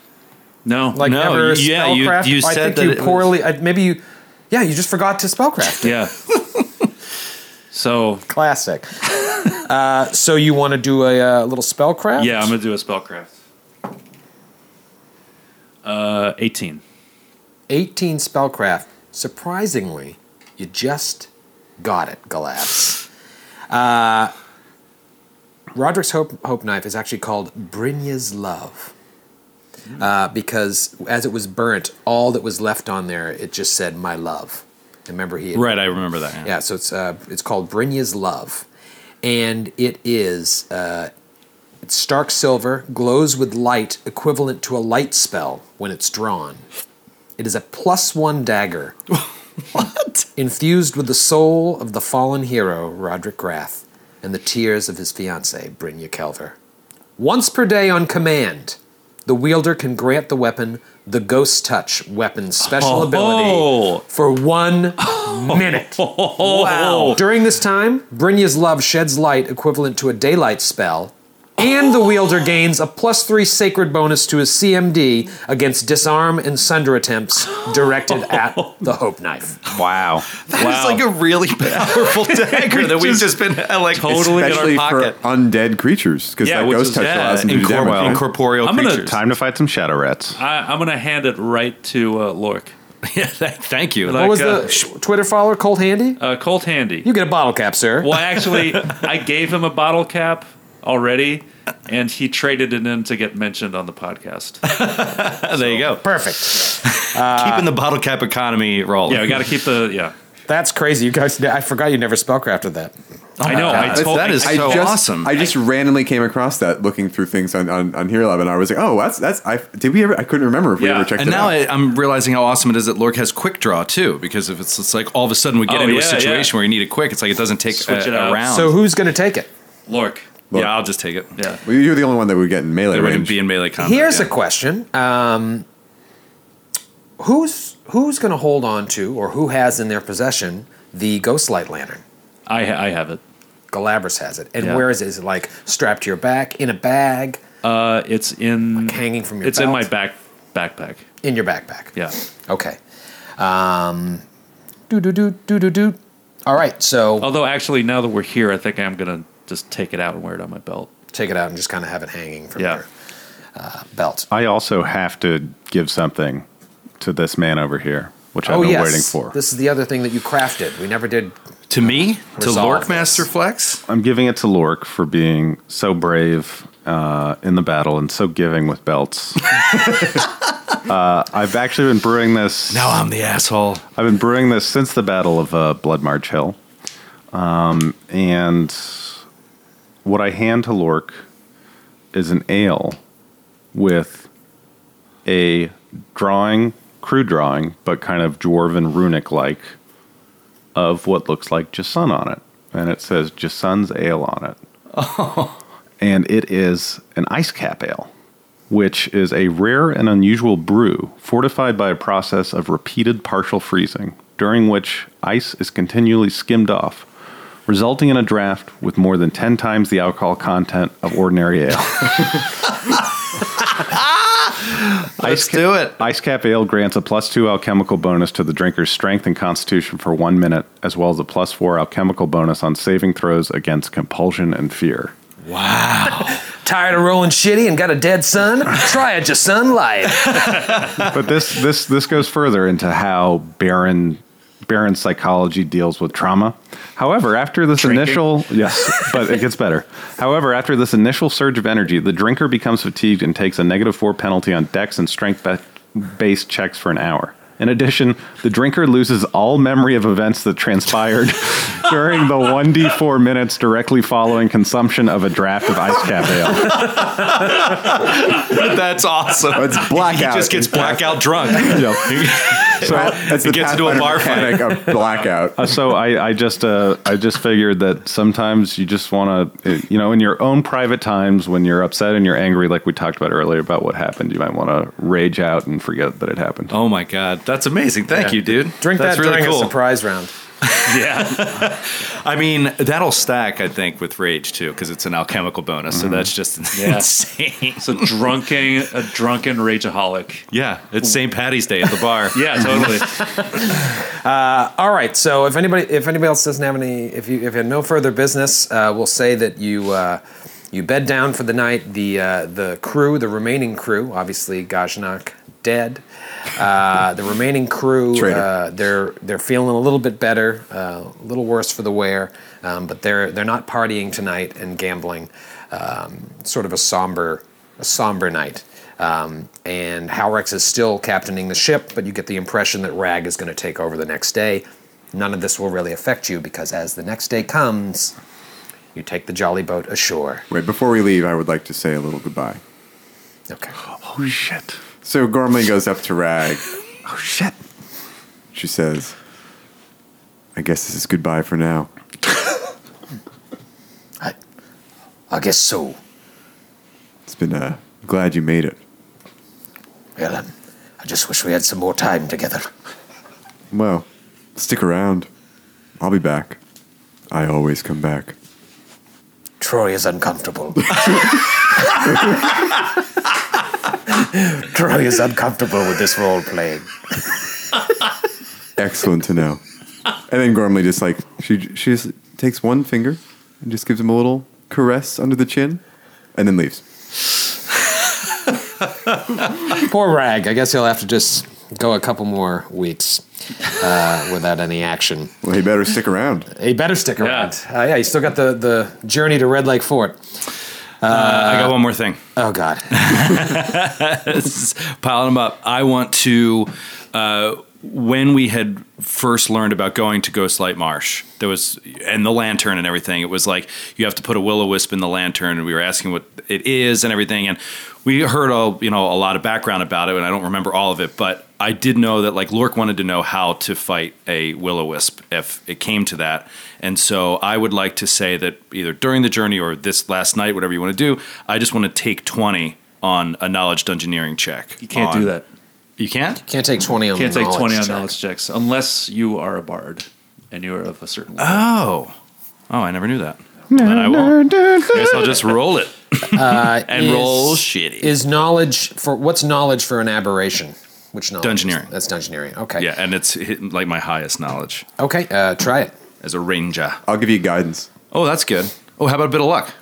E: No.
I: Like
J: No,
I: never
J: you- yeah, you-
I: spellcraft?
J: you
I: I
J: said
I: think
J: that
I: you
J: it was-
I: poorly I, maybe you Yeah, you just forgot to spellcraft.
E: Yeah. so
I: classic. uh, so you want to do a, uh little spellcraft?
E: Yeah, I'm gonna do a spellcraft. Uh, 18.
I: 18 spellcraft. Surprisingly, you just got it, Galabs. Uh, Roderick's Hope, Hope Knife is actually called Brynja's Love. Uh, because as it was burnt, all that was left on there, it just said "my love." Remember he had-
J: Right, I remember that. Yeah,
I: so it's uh, it's called Brynja's Love, and it is uh, it's stark silver, glows with light equivalent to a light spell when it's drawn. It is a plus one dagger. what? Infused with the soul of the fallen hero Roderick Grath and the tears of his fiancée Brynja Kelver. Once per day on command, the wielder can grant the weapon the Ghost Touch weapon special ability for one minute. Wow. During this time, Brynja's love sheds light equivalent to a daylight spell, and the wielder gains a plus three sacred bonus to his CMD against disarm and sunder attempts directed at the Hope Knife.
J: Wow. That
I: That
J: is
I: is like
J: like a really powerful dagger that we've just been like totally in our
D: Especially
J: pocket.
D: for undead creatures because that ghost touch allows them to do damage. right?
E: I'm gonna,
C: Time to fight some shadow rats.
E: I, I'm gonna hand it right to uh, Lork.
J: yeah, thank you.
I: what was the sh- Twitter follower, Colt Handy?
E: Uh, Colt Handy.
I: You get a bottle cap, sir.
E: Well, actually, I gave him a bottle cap already, and he traded it in to get mentioned on the podcast.
J: there you go.
I: Perfect.
J: Keeping the bottle cap economy rolling.
E: Yeah, we gotta keep the yeah.
I: That's crazy. You guys, I forgot you never spellcrafted that.
E: I know. I
D: That's-
E: told, I
D: I just,
E: just-
D: I just randomly came across that looking through things on, on, on Hero Lab, and I was like, "Oh, that's that's." I did we ever? I couldn't remember if we ever checked
J: and
D: it
J: now
D: out.
J: I, I'm realizing how awesome it is that Lork has quick draw too, because if it's, it's like all of a sudden we get
E: Oh,
J: into a
E: yeah,
J: situation where you need it quick, it's like it doesn't take
E: Switch
J: a,
E: it
J: a
E: out.
J: round.
I: So who's going to take it?
E: Lork.
J: yeah, I'll just take it.
E: Yeah,
D: well, you're the only one that would get in melee
J: it wouldn't
D: range.
J: be in melee combat.
I: Here's
J: yeah.
I: a question: um, Who's who's going to hold on to, or who has in their possession, the ghost light lantern?
E: I ha- I have it.
I: Galabras has it, and
E: Yeah.
I: where is it? Is it like strapped to your back in a bag?
E: Uh, it's in like
I: hanging from your.
E: It's in my
I: belt?
E: back backpack.
I: In your backpack.
E: Yeah.
I: Okay. Um, do do do do do do. All right. So
E: Although, actually, now that we're here, I think I'm gonna just take it out and wear it on my belt.
I: Take it out and just kind of have it hanging from
E: yeah.
I: uh, belt.
C: I also have to give something to this man over here, which
I: Oh,
C: I've been waiting for.
I: This is the other thing that you crafted. We never did.
J: To me,
C: To Lork
J: Master Flex?
C: I'm giving it to Lork for being so brave uh, in the battle and so giving with belts. uh, I've actually been brewing this.
J: Now I'm the asshole.
C: I've been brewing this since the Battle of uh, Blood March Hill. Um, and what I hand to Lork is an ale with a drawing, crude drawing, but kind of dwarven runic like, of what looks like Jasun on it. And it says Jasun's Ale on it. And it is an ice cap ale, which is a rare and unusual brew fortified by a process of repeated partial freezing, during which ice is continually skimmed off, resulting in a draft with more than 10 times the alcohol content of ordinary ale. Let's do it. Ice Cap Ale grants a plus two alchemical bonus to the drinker's strength and constitution for one minute, as well as a plus four alchemical bonus on saving throws against compulsion and fear.
I: Tired of rolling shitty and got a dead son? Try a Jasun light.
C: but this this this goes further into how barren barren psychology deals with trauma. However, after this initial yes, but it gets better. However, after this initial surge of energy, the drinker becomes fatigued and takes a negative four penalty on dex and strength be- based checks for an hour. In addition, the drinker loses all memory of events that transpired during the 1d4 minutes directly following consumption of a draft of ice cap ale.
J: That's awesome.
D: It's blackout.
J: He just gets blackout drunk.
C: So
J: That's the It gets into a Pathfinder bar fight. mechanic of
D: blackout.
C: Uh, so I, I just uh, I just figured that sometimes you just want to you know in your own private times when you're upset and you're angry, like we talked about earlier about what happened, you might want to rage out and forget that it happened.
J: Oh my god, that's amazing! Thank you, dude.
I: Drink
J: That's
I: that
J: really
I: during
J: cool.
I: a surprise round.
J: yeah. I mean, that'll stack, I think, with rage too, because it's an alchemical bonus.
I: Mm-hmm.
J: So that's just
E: Yeah.
J: insane. It's
E: a drunken, a drunken rageaholic.
J: Yeah, it's St. Patty's Day at the bar.
E: yeah, totally.
I: Uh, all right. So if anybody if anybody else doesn't have any if you if you have no further business, uh, we'll say that you uh, you bed down for the night. The uh, the crew, the remaining crew, obviously Gajnak dead. Uh, the remaining crew, uh, they're they're feeling a little bit better, uh, a little worse for the wear, um, but they're they're not partying tonight and gambling. Um, sort of a somber a somber night. Um, and Halrex is still captaining the ship, but you get the impression that Rag is going to take over the next day. None of this will really affect you because as the next day comes, you take the jolly boat ashore.
D: Wait, before we leave, I would like to say a little goodbye.
I: Okay.
D: Oh shit. So Gormley goes up to Rag. oh shit. She says, "I guess this is goodbye for now."
B: I guess so.
D: It's been uh, glad you made it.
B: Well, um, I just wish we had some more time together.
D: Well, stick around. I'll be back. I always come back.
B: Troy is uncomfortable. Troy is uncomfortable with this role playing.
D: Excellent to know. And then Gormley just like she she just takes one finger and just gives him a little caress under the chin, and then leaves.
I: Poor Rag. I guess he'll have to just go a couple more weeks uh, without any action.
D: Well, he better stick around.
I: He better stick around. Yeah, uh, yeah you still got the, the journey to Red Lake Fort. Uh,
J: I got one more thing.
I: Oh, God.
J: piling them up. I want to. Uh, when we had first learned about going to Ghostlight Marsh, there was and the lantern and everything. It was like you have to put a will o wisp in the lantern, and we were asking what it is and everything. And we heard all you know a lot of background about it, and I don't remember all of it, but I did know that like Lork wanted to know how to fight a will o wisp if it came to that. And so I would like to say that either during the journey or this last night, whatever you want to do, I just want to take twenty on a knowledge dungeoneering check. You
E: can't do that.
J: You can't.
I: Can't take twenty on.
E: Can't take
J: knowledge
E: twenty on
J: check.
E: knowledge checks unless you are a bard and you are of a certain.
J: Oh, oh, I never knew that. Then I won't. Guess I'll just roll it
I: uh,
J: and roll shitty.
I: Is knowledge for what's knowledge for an aberration? Which knowledge?
J: Dungeoneering.
I: That's dungeoneering. Okay.
J: Yeah, and it's hit, like my highest knowledge.
I: Okay, uh, try it
J: as a ranger.
D: I'll give you guidance.
J: Oh, that's good. Oh, how about a bit of luck?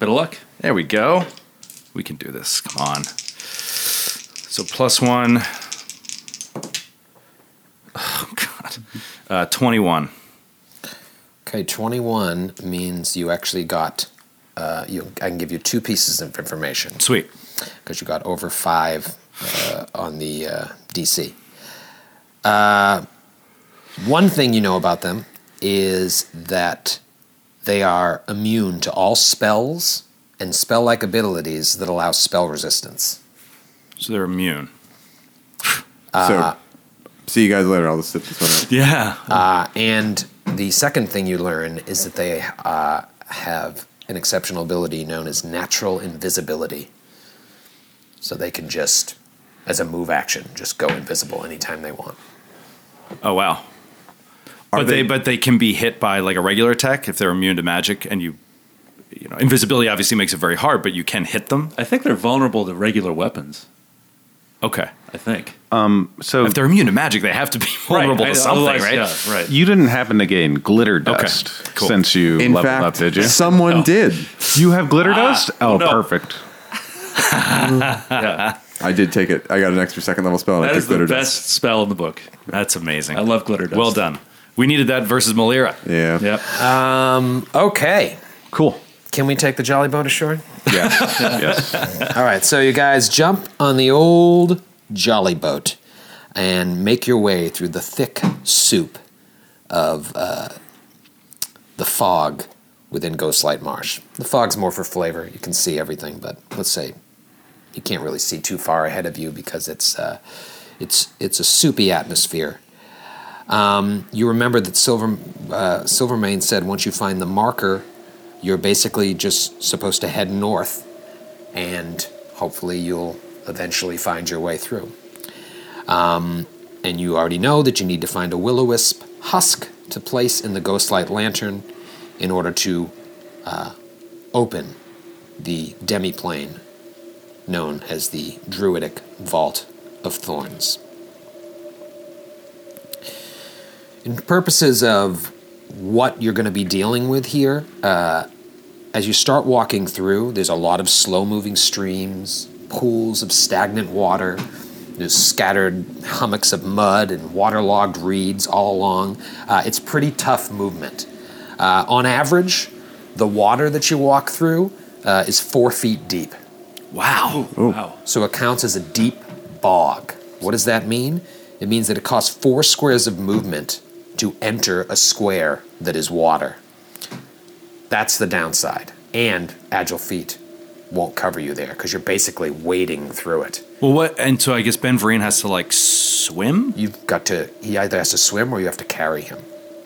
J: Bit of luck. There we go. We can do this. Come on. So plus one. Oh God. Uh, Twenty-one.
I: Okay, twenty-one means you actually got. Uh, you, I can give you two pieces of information.
J: Sweet.
I: Because you got over five uh, on the uh, DC. Uh, one thing you know about them is that they are immune to all spells and spell-like abilities that allow spell resistance.
J: so they're immune.
D: so, see you guys later. I'll just sit this one out.
J: Yeah.
I: Uh, and the second thing you learn is that they uh, have an exceptional ability known as natural invisibility. So they can just, as a move action, just go invisible anytime they want.
J: Oh wow. but they, but they can be hit by like a regular attack if they're immune to magic and you you know invisibility obviously makes it very hard but you can hit them.
E: I think they're vulnerable to regular weapons.
J: Okay.
E: I think.
C: Um, so
J: if they're immune to magic, they have to be vulnerable
E: I-
J: to something,
E: otherwise,
J: right?
E: yeah, right.
C: You didn't happen to gain glitter dust
J: cool.
C: since you
D: In
C: leveled
D: fact,
C: up, did you?
D: someone did.
C: You have glitter dust? Oh,
D: no.
C: perfect.
D: I did take it. I got an extra second level spell. And I
J: That
D: took
J: is the
D: glitter
J: best
D: dust.
E: spell in the book.
J: That's amazing.
E: I love glitter dust.
J: Well done. We needed that versus Malira.
D: Yeah.
E: Yep.
I: Um, okay.
C: Cool.
I: Can we take the Jolly Boat ashore?
C: Yes. yes.
I: All right, so you guys jump on the old jolly boat and make your way through the thick soup of uh, the fog within Ghostlight Marsh. The fog's more for flavor. You can see everything, but let's say you can't really see too far ahead of you because it's uh, it's it's a soupy atmosphere. Um, you remember that Silver uh, Silvermane said once you find the marker, you're basically just supposed to head north and hopefully you'll eventually find your way through. Um, and you already know that you need to find a will o wisp husk to place in the ghostlight lantern in order to uh, open the demiplane known as the druidic vault of thorns. In purposes of what you're going to be dealing with here, uh, as you start walking through, there's a lot of slow moving streams, pools of stagnant water, there's scattered hummocks of mud and waterlogged reeds all along. Uh, it's pretty tough movement. Uh, on average, the water that you walk through uh, is four feet deep.
J: Wow.
E: Wow.
I: So it counts as a deep bog. What does that mean? It means that it costs four squares of movement to enter a square that is water. That's the downside. And agile feet won't cover you there because you're basically wading through it.
J: Well, what? And so I guess Ben Vereen has to like swim.
I: You've got to. He either has to swim or you have to carry him.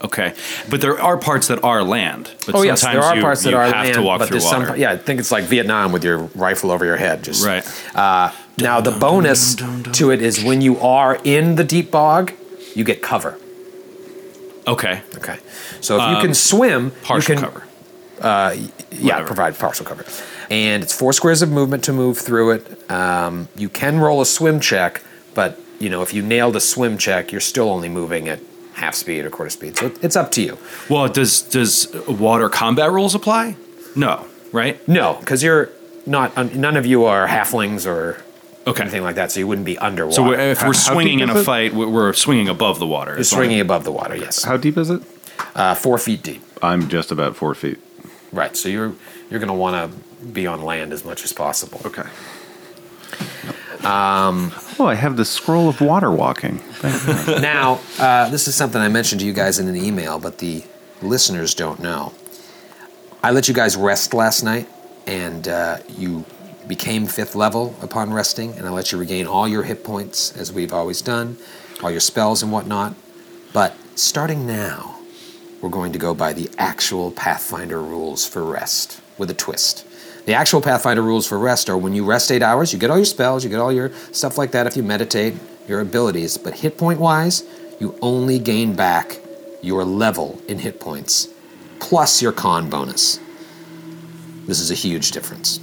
J: Okay, but there are parts that are land. But
I: oh yes,
J: sometimes
I: there are
J: you-
I: parts that
J: you
I: are
J: have
I: land,
J: to walk
I: but
J: through
I: there's some-
J: water.
I: yeah, I think it's like Vietnam with your rifle over your head. Just right. Uh, now the bonus to it is when you are in the deep bog, you get cover.
J: Okay.
I: Okay. So if you
J: Um,
I: can swim,
J: partial
I: you can,
J: cover.
I: Uh, y- yeah, provide partial cover. And it's four squares of movement to move through it. Um, you can roll a swim check, but you know if you nail the swim check, you're still only moving at half speed or quarter speed. So it- it's up to you.
J: Well, does does water combat rules apply? No, right?
I: No, because you're not. Um, none of you are halflings or anything like that, so you wouldn't be underwater.
J: So we're, if
I: How-
J: we're
I: how
J: swinging
I: deep
J: in
I: is
J: a
I: it?
J: fight, we're, we're swinging above the water.
I: you're swinging above the water. Yes.
C: How deep is it?
I: Uh, four feet deep.
C: I'm just about four feet.
I: Right. So you're you're going to want to be on land as much as possible.
C: Okay.
I: Um,
C: Oh, I have the scroll of water walking.
I: now, uh, this is something I mentioned to you guys in an email, but the listeners don't know. I let you guys rest last night, and uh, you became fifth level upon resting, and I let you regain all your hit points, as we've always done, all your spells and whatnot. But starting now, we're going to go by the actual Pathfinder rules for rest with a twist. The actual Pathfinder rules for rest are when you rest eight hours, you get all your spells, you get all your stuff like that if you meditate, your abilities, but hit point wise, you only gain back your level in hit points plus your con bonus. This is a huge difference.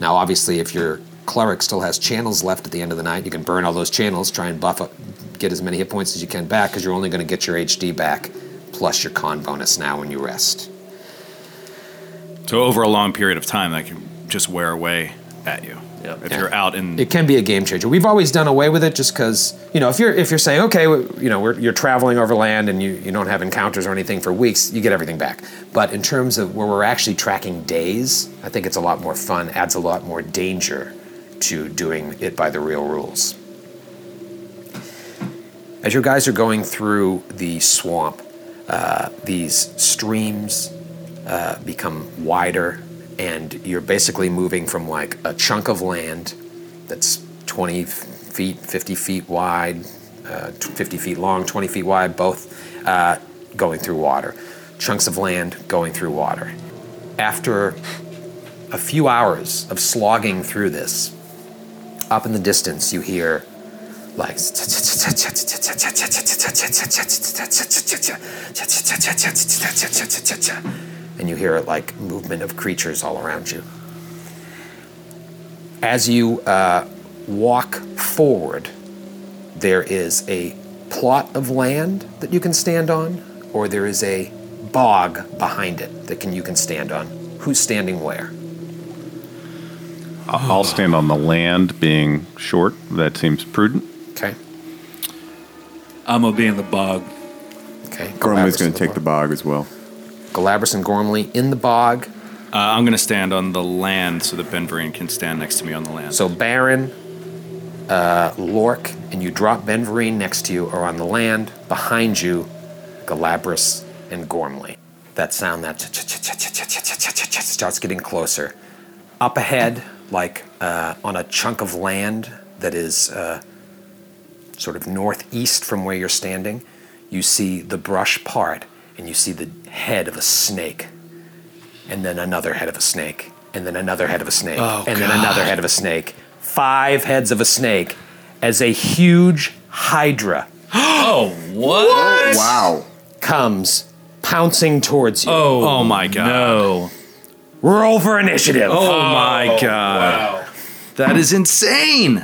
I: Now, obviously, if your cleric still has channels left at the end of the night, you can burn all those channels, try and buff up, get as many hit points as you can back, because you're only going to get your HD back plus your con bonus now when you rest.
J: So over a long period of time, that can just wear away at you. If you're out in
I: It can be a game changer. We've always done away with it just because you know if you're if you're saying okay, w- you know we're, you're traveling over land and you you don't have encounters or anything for weeks, you get everything back. But in terms of where we're actually tracking days, I think it's a lot more fun. Adds a lot more danger to doing it by the real rules. As your guys are going through the swamp, uh, these streams uh, become wider, and you're basically moving from like a chunk of land that's 20 20 f- feet, 50 feet wide, uh, t- 50 feet long, 20 feet wide, both uh, going through water. Chunks of land going through water. After a few hours of slogging through this, up in the distance you hear like and you hear like movement of creatures all around you. As you uh, walk forward, there is a plot of land that you can stand on, or there is a bog behind it that can you can stand on. Who's standing where?
C: I- I'll stand on the land being short. That seems prudent.
I: Okay.
E: I'm gonna be in the bog.
I: Okay.
D: Gormley's going to take the bog as well.
I: Galabras and Gormley in the bog.
J: Uh, I'm going to stand on the land so that Ben Vereen can stand next to me on the land.
I: So Baron, uh, Lork, and you drop Benverine next to you or on the land. Behind you, Galabras and Gormley. That sound that starts getting closer. Up ahead, like uh, on a chunk of land that is uh, sort of northeast from where you're standing, you see the brush part and you see the head of a snake and then another head of a snake, and then another head of a snake,
M: Oh,
I: and then
M: God.
I: another head of a snake. Five heads of a snake as a huge hydra. oh, what? Wow. Comes pouncing towards you. Oh,
J: oh my God.
I: No. Roll for initiative.
J: Oh, my God. That is insane.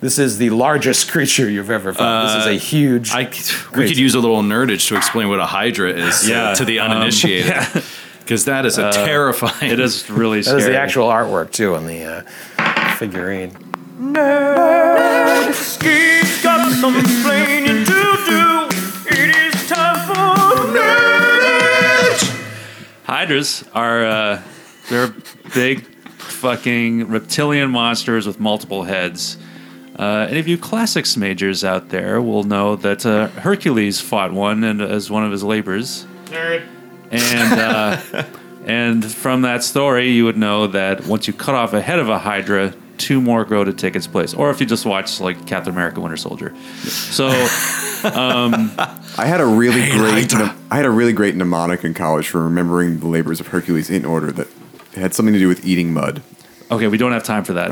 I: This is the largest creature you've ever found. this is a huge.
J: Uh, I, we could use a little nerdage to explain what a hydra is
I: Yeah,
J: uh, to the
I: um,
J: uninitiated,
I: yeah.
J: because that is a
I: Uh,
J: terrifying. It
E: is really
I: That is the actual artwork too on the uh, figurine.
M: Keith got some explaining to do. It is time for nerds.
E: Hydras are uh, they're big fucking reptilian monsters with multiple heads. Uh, any of you classics majors out there will know that uh, Hercules fought one and uh, as one of his labors.
M: Nerd.
E: And uh, and from that story, you would know that once you cut off a head of a Hydra, two more grow to take its place. Or if you just watch like Captain America: Winter Soldier. So, um,
D: I had a really great I had a really great mnemonic in college for remembering the labors of Hercules in order that had something to do with eating mud.
E: Okay, we don't have time for that.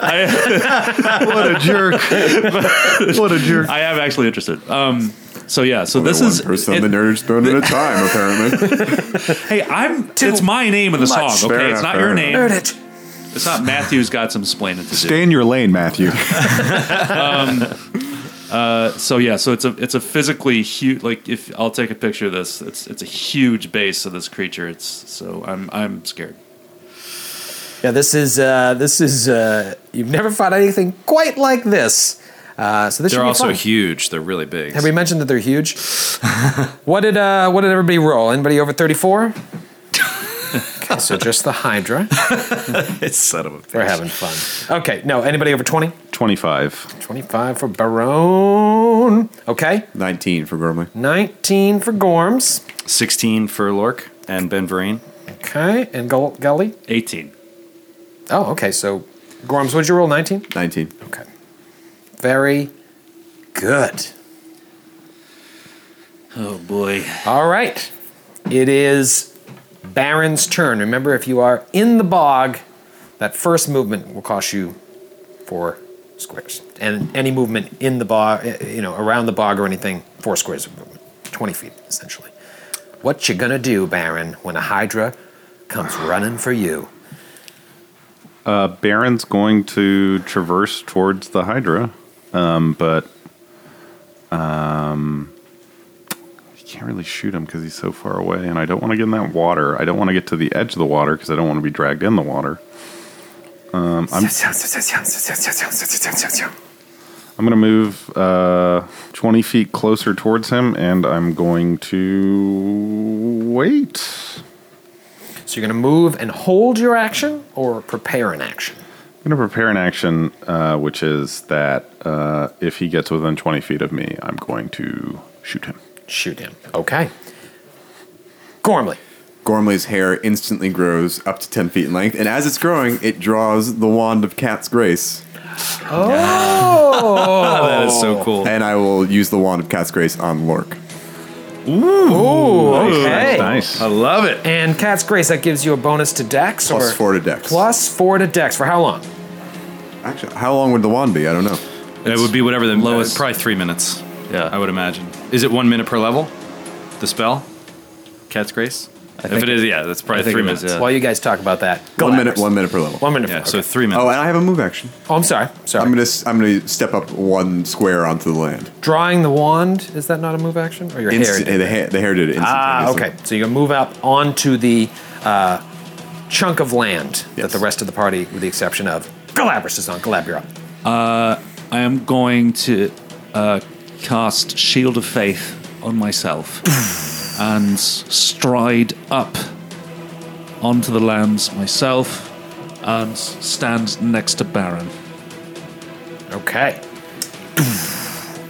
E: Um, what
M: a jerk.
E: what a jerk! I am actually interested. Um, so yeah, so this
D: one
E: is
D: person on the nerds thrown at a time apparently.
E: hey, I'm. It's my name in the
D: much.
E: song.
D: Fair
E: Okay, it's not
D: enough, fair
E: your
D: enough.
E: name.
D: Heard
I: it.
E: It's not Matthew's got some splaining to do.
C: Stay in your lane, Matthew.
E: um, uh, so yeah, so it's a it's a physically huge. Like if I'll take a picture of this, it's it's a huge base of this creature. It's so I'm I'm scared.
I: Yeah, this is uh, this is uh, you've never fought anything quite like this. Uh, so this should
J: They're
I: be
J: also
I: fun.
J: huge. They're really big.
I: Have we mentioned that they're huge? what did uh, what did everybody roll? Anybody over thirty four? okay, so just the Hydra.
J: it's son of a.
I: We're having fun. Okay, no, anybody over twenty?
C: 25.
I: 25 for Barone. Okay.
D: 19 for Gormley.
I: 19 for Gorms.
J: 16 for Lork and Ben Vereen.
I: Okay, and Gull- Gully?
E: 18.
I: Oh, okay, so Gorms, what'd you roll? 19?
D: 19.
I: Okay. Very good.
E: Oh, boy.
I: All right. It is Baron's turn. Remember, if you are in the bog, that first movement will cost you four squares. And any movement in the bog, eh, you know, around the bog or anything, four squares of movement. 20 feet, essentially. What you gonna do, Baron, when a Hydra comes running for you?
C: Uh, Baron's going to traverse towards the Hydra, um, but um, you can't really shoot him because he's so far away, and I don't want to get in that water. I don't want to get to the edge of the water because I don't want to be dragged in the water. Um, I'm I'm going to move uh, 20 feet closer towards him, and I'm going to wait.
I: So you're going to move and hold your action or prepare an action?
C: I'm going to prepare an action, uh, which is that uh, if he gets within 20 feet of me, I'm going to shoot him.
I: Shoot him. Okay. Gormley.
D: Gormley's hair instantly grows up to 10 feet in length, and as it's growing, it draws the wand of Cat's Grace.
I: Oh,
D: that is so cool. And I will use the wand of Cat's Grace on Lork.
I: Ooh,
D: nice,
I: okay.
D: nice.
I: I
E: love it.
I: And Cat's Grace, that gives you a bonus to Dex?
D: Plus
I: or?
D: four to Dex.
I: Plus four to Dex. For how long?
D: Actually, how long would the wand be? I don't know.
E: it would be whatever the lowest. Probably three minutes. Yeah, I would imagine. Is it one minute per level? The spell, Cat's Grace. if
I: think-
E: it is, yeah, that's
I: I
E: probably
I: think
E: three
I: it was,
E: minutes.
I: yeah. While you guys talk about that,
D: One minute, one minute per level.
I: One minute.
E: Yeah, so three minutes.
D: Oh, and I have a move action.
I: Oh, I'm sorry. Sorry.
D: I'm gonna s- I'm gonna step up one square onto the land.
I: Drawing the wand, is that not a move action? Or your hair?
D: Instant-
I: did
D: the
I: that?
D: hair. The hair did it.
I: Ah,
D: instantaneously.
I: okay. So you can move up onto the uh, chunk of land that the rest of the party, with the exception of Galabras, is on. Galab, you're up.
N: Uh, I am going to uh, cast Shield of Faith on myself and stride up onto the lands myself and stand next to Baron.
I: Okay.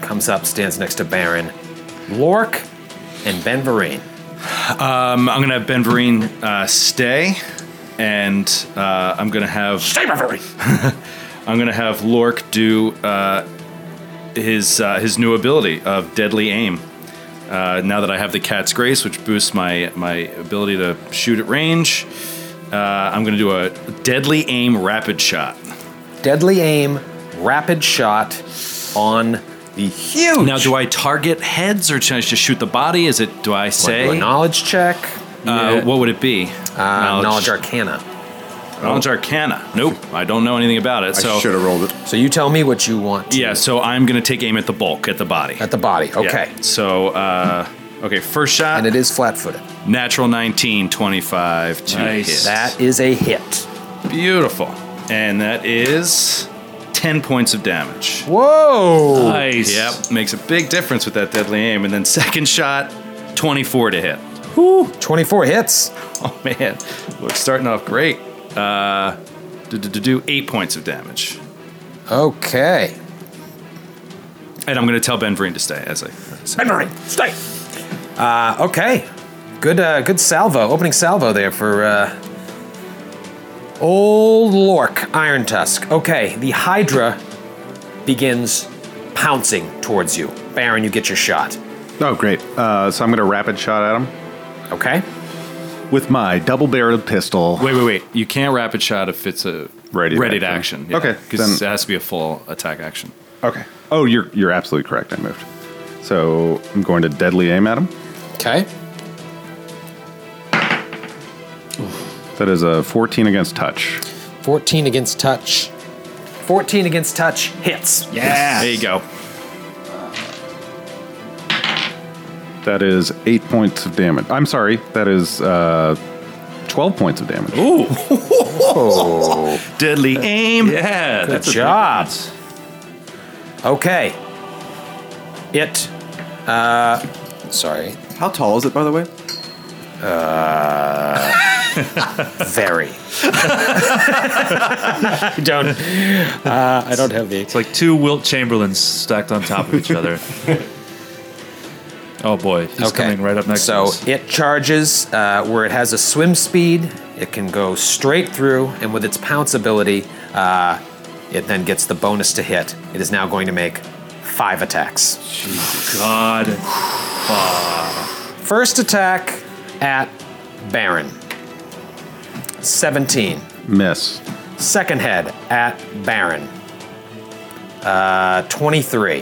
I: Comes up, stands next to Baron, Lork, and Ben Vereen.
E: Um, I'm gonna have Ben Vereen uh, stay, and uh, I'm gonna have stay Ben I'm gonna have Lork do uh, his uh, his new ability of deadly aim. Uh, now that I have the cat's grace, which boosts my my ability to shoot at range, uh, I'm gonna do a deadly aim rapid shot.
I: Deadly aim, rapid shot on the huge.
E: Now, do I target heads or should I just shoot the body? Is it? Do I say
I: do a knowledge check?
E: Uh, What would it be?
I: Uh, knowledge arcana.
E: Knowledge arcana. Nope, I don't know anything about it. So
D: have rolled it.
I: So you tell me what you want.
E: Yeah, so I'm gonna take aim at the bulk, at the body. At
I: the body, okay.
E: So, uh, okay, first shot. And
I: it is flat footed.
E: Natural 19, 25 to
I: Nice.
E: hit.
I: That is a hit.
E: Beautiful. And that is 10 points of damage.
I: Whoa!
N: Nice.
E: Yep, makes a big difference with that deadly aim. And then second shot, 24 to hit.
I: Whew. 24 Uh, hits.
E: Oh, man. We're starting off great. Uh, do, do, do, do, eight points of damage.
I: Okay.
E: And I'm going to tell Ben Vereen to stay, as I said.
I: Ben Vereen, stay! Uh, okay. Good uh, good salvo, opening salvo there for uh, old Lork, Iron Tusk. Okay, the Hydra begins pouncing towards you. Baron, you get your shot.
C: Oh, great. Uh, so I'm going to rapid shot at him.
I: Okay.
C: With my double barreled pistol.
E: Wait, wait, wait. You can't rapid shot if it's a
C: Ready
E: ready readied
C: action.
E: action.
C: Okay,
E: Because
C: then-
E: it has to be a full attack action.
C: Okay. Oh, you're you're absolutely correct. I moved. So I'm going to deadly aim at him.
I: Okay.
C: That is a 14 against touch.
I: 14 against touch. 14 against touch hits.
E: Yeah. There you go.
C: That is eight points of damage. I'm sorry. That is uh, 12 points of damage.
E: Ooh.
C: Deadly
E: aim.
C: Yeah,
I: Good
C: that's a big
I: job. Okay. It. Uh, sorry.
D: How tall is it, by the way?
I: Uh, very. I don't. Uh, I don't have the. It's
N: like two Wilt Chamberlains stacked on top of each other. oh boy, he's coming right up next.
I: So
N: to us.
I: it charges uh, where it has a swim speed. It can go straight through, and with its pounce ability, uh, it then gets the bonus to hit. It is now going to make five attacks.
N: God.
I: First attack at Baron. 17.
C: Miss.
I: Second head at Baron. Uh, 23.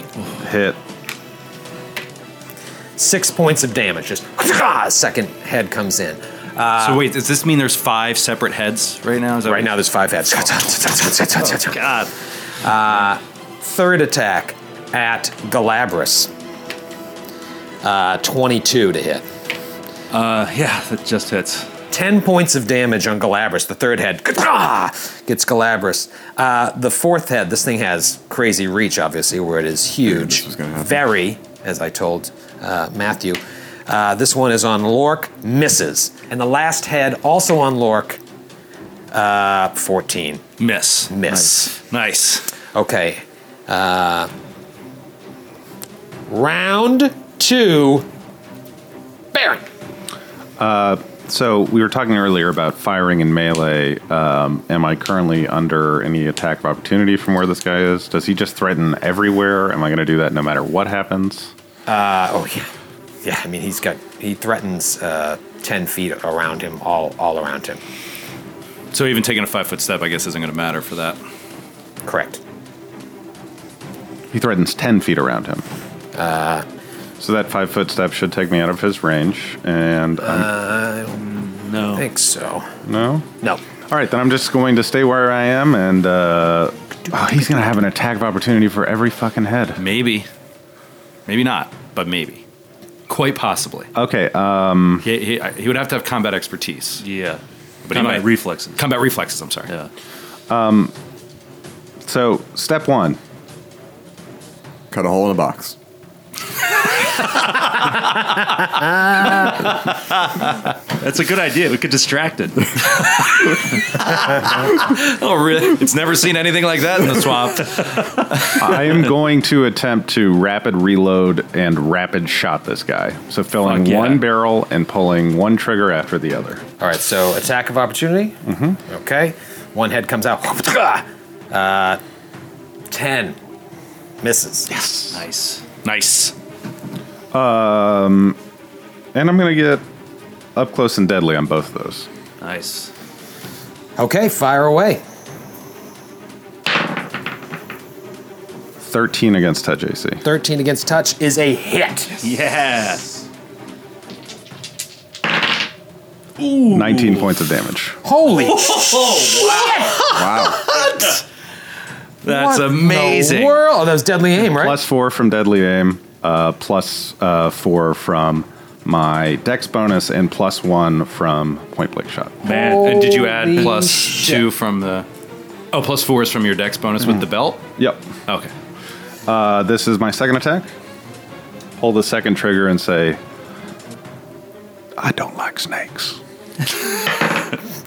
C: Hit.
I: Six points of damage. Just second head comes in. Uh,
E: so wait, does this mean there's five separate heads right now? Is that
I: right now there's five heads. God. Uh, third attack at Galabras. Uh, 22 to hit.
N: Uh, yeah, that just hits.
I: 10 points of damage on Galabras. The third head gets Galabras. Uh, the fourth head, this thing has crazy reach, obviously, where it is huge. Very, as I told uh, Matthew. Uh, this one is on Lork, misses. And the last head, also on Lork, uh, 14.
E: Miss. Nice.
I: Miss.
E: nice.
I: Okay. Uh, round two. Baron.
C: Uh, So we were talking earlier about firing in melee. Um, am I currently under any attack of opportunity from where this guy is? Does he just threaten everywhere? Am I going to do that no matter what happens?
I: Uh, oh yeah, yeah. I mean, he's got he threatens uh, ten feet around him, all all around him.
J: So even taking a five foot step, I guess, isn't going to matter for that.
I: Correct.
C: He threatens ten feet around him. Uh, so that five foot step should take me out of his range, and I'm-
I: no, I think so.
C: no,
I: no.
C: All right, then I'm just going to stay where I am, and uh, oh, he's going to have an attack of opportunity for every fucking head.
J: Maybe, maybe not, but maybe, quite possibly.
C: Okay. Um,
J: He, he, he would have to have combat expertise.
E: Yeah,
J: but
E: Combat
J: he might, reflexes. Combat reflexes. I'm sorry. Yeah.
C: Um, so step one,
D: cut a hole in a box.
E: That's a good idea. We could distract it.
J: oh, really? It's never seen anything like that in the swamp.
C: I am going to attempt to rapid reload and rapid shot this guy. So filling
I: Fuck yeah.
C: one barrel and pulling one trigger after the other.
I: All right, so attack of opportunity.
C: Mm-hmm.
I: Okay, one head comes out. Uh, ten misses. Yes,
E: nice,
J: nice.
C: Um, and I'm going to get up close and deadly on both of those.
E: Nice.
I: Okay, fire away.
C: 13 against touch AC.
I: Thirteen against touch is a hit.
E: Yeah.
M: Ooh.
C: 19 points of damage.
I: Holy
C: Wow.
J: That's
I: What in the
J: amazing.
I: world? Oh, That was deadly aim, right?
C: Plus four from deadly aim, uh, plus uh, four from my dex bonus, and plus one from point blank shot.
J: Man, and did you add
C: Holy
J: plus two from the? Oh, plus four is from your dex bonus with the belt.
C: Yep.
J: Okay.
C: Uh, this is my second attack. Pull the second trigger and say, I don't like snakes.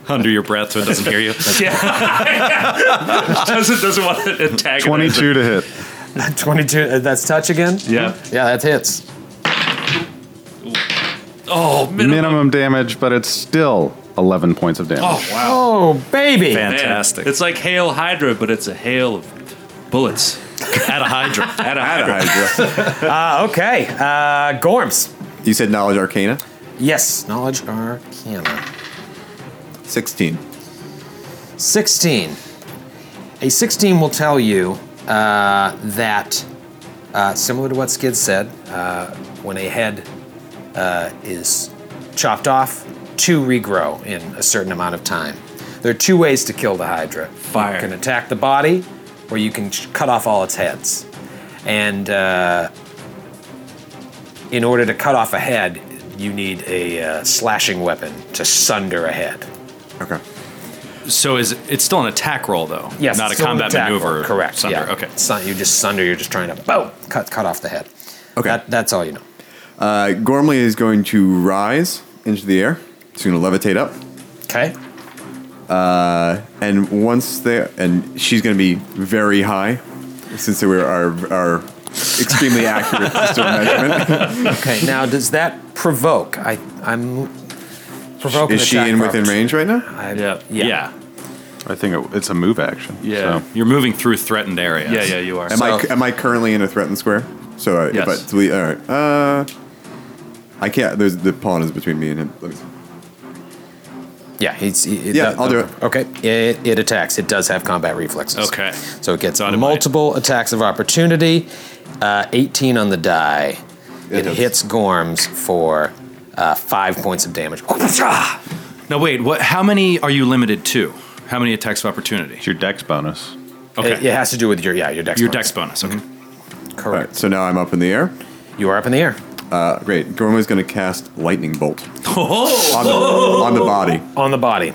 J: Under your breath, so it doesn't hear you.
E: yeah. doesn't doesn't want to antagonize.
C: Twenty-two to hit.
I: Twenty-two. uh, That's touch again.
E: Yeah.
I: Yeah, that hits.
E: Oh,
C: minimum. damage, but it's still 11 points of damage.
E: wow.
I: Oh, baby.
E: Fantastic. it's like Hail Hydra, but it's a hail of bullets.
J: At a Hydra.
E: At a Hydra.
I: uh, okay, uh, Gorms.
D: You said knowledge arcana?
I: Yes, knowledge arcana.
D: 16.
I: 16. A 16 will tell you uh, that, uh, similar to what Skid said, uh, when a head uh, is chopped off, two regrow in a certain amount of time. There are two ways to kill the Hydra
E: Fire.
I: You can attack the body, or you can ch- cut off all its heads. And uh, in order to cut off a head, you need a uh, slashing weapon to sunder a head.
D: Okay.
J: So is it's still an attack roll though?
I: Yes,
J: Not a
I: it's still an
J: combat
I: attack
J: maneuver.
I: roll, correct.
J: Sunder.
I: yeah.
J: Okay.
I: It's not you just sunder. You're just trying to boom cut cut off the head.
D: Okay.
I: that's all you know.
D: Uh, Gormley is going to rise into the air. He's going to levitate up.
I: Okay.
D: Uh, and once they and she's going to be very high, since we are are extremely accurate system measurement.
I: okay. Now does that provoke? I I'm provoke.
D: Is
I: an
D: she
I: attack
D: in
I: for
D: within
I: opportunity.
D: range right now?
J: Yeah. yeah.
C: I think it, it's a move action.
J: Yeah. You're moving through threatened areas.
D: Yeah, yeah,
J: you
D: Am I am I currently in a threatened square? So uh,
J: Yes.
D: if I delete, all right. Uh, I can't. There's the pawn is between me and him. Let me see.
I: Yeah. He's he-
D: Yeah,
I: that-
D: I'll do it.
I: Okay. It, it attacks. It does have combat reflexes.
J: Okay.
I: So it gets multiple attacks of opportunity. Uh, 18 on the die. It, hits Gorms for uh, five points of damage.
J: Now wait, what? How many are you limited to? How many attacks of opportunity? It's
C: your dex bonus.
J: Okay.
I: It, it has to do with your Uh, yeah your dex.
J: Your
I: bonus.
J: dex bonus. Okay.
D: All right, so now I'm up in the air.
I: You are up in the air.
D: Uh, great. Gormley's going to cast lightning bolt on the,
M: Oh.
D: on the body.
I: On the body.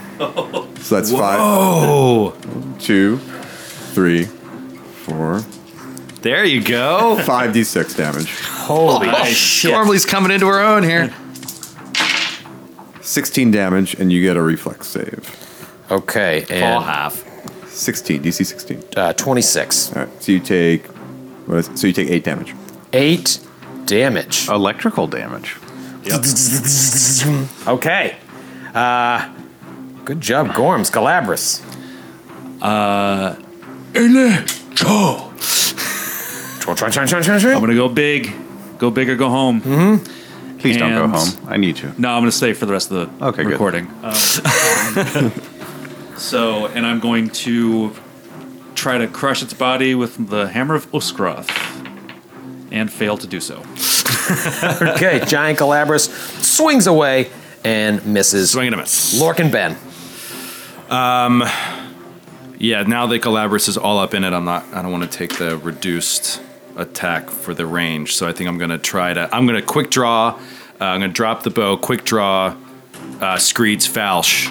D: So that's
J: Whoa.
D: five, two, three, four,
J: There you go.
D: five d six damage.
I: Holy shit.
J: Gormley's coming into her own here.
D: Sixteen damage, and you get a reflex save.
I: Okay,
J: and- half.
D: Sixteen DC sixteen.
I: Uh, Twenty six.
D: All right, so you take. What is, so you take eight damage.
I: Eight damage.
C: Electrical damage.
I: okay. Uh, good job, Gorms. Galabras.
E: Uh,
I: I'm
E: gonna go big, go big or go home. Mm-hmm.
C: Please don't go home. I need you.
E: No, I'm gonna stay for the rest of the
C: Okay, good.
E: recording. Um,
J: Um,
E: so, and I'm going to try to crush its body with the hammer of Uskroth, and fail to do so.
I: okay, giant Galabras swings away and misses. Swing
J: and a miss.
I: Lork and Ben.
J: Um, yeah. Now that Galabras is all up in it, I'm not. I don't want to take the reduced attack for the range. So I think I'm gonna try to. I'm gonna quick draw. Uh, I'm gonna drop the bow. Quick draw. Uh, Screed's falsh,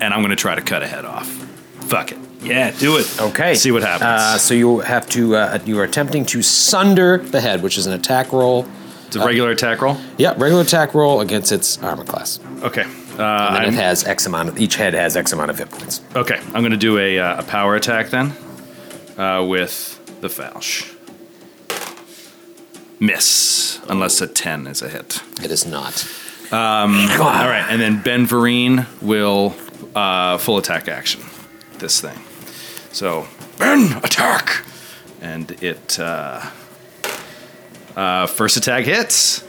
J: and I'm gonna try to cut a head off. Fuck it.
E: Yeah, do it.
I: Okay.
J: See what happens.
I: Uh, so you have to. Uh, you are attempting to sunder the head, which is an attack roll.
J: It's a regular attack roll.
I: Yeah, regular attack roll against its armor class.
J: Okay. Uh,
I: and then
J: I'm-
I: it has X amount. Of, each head has X amount of hit points.
J: Okay, I'm going to do a, uh, a power attack then uh, with the Falsh. Miss, unless a 10 is a hit.
I: It is not.
J: Um, all right, and then Ben Vereen will uh, full attack action this thing. So, Ben, attack! And it. Uh, uh, first attack hits.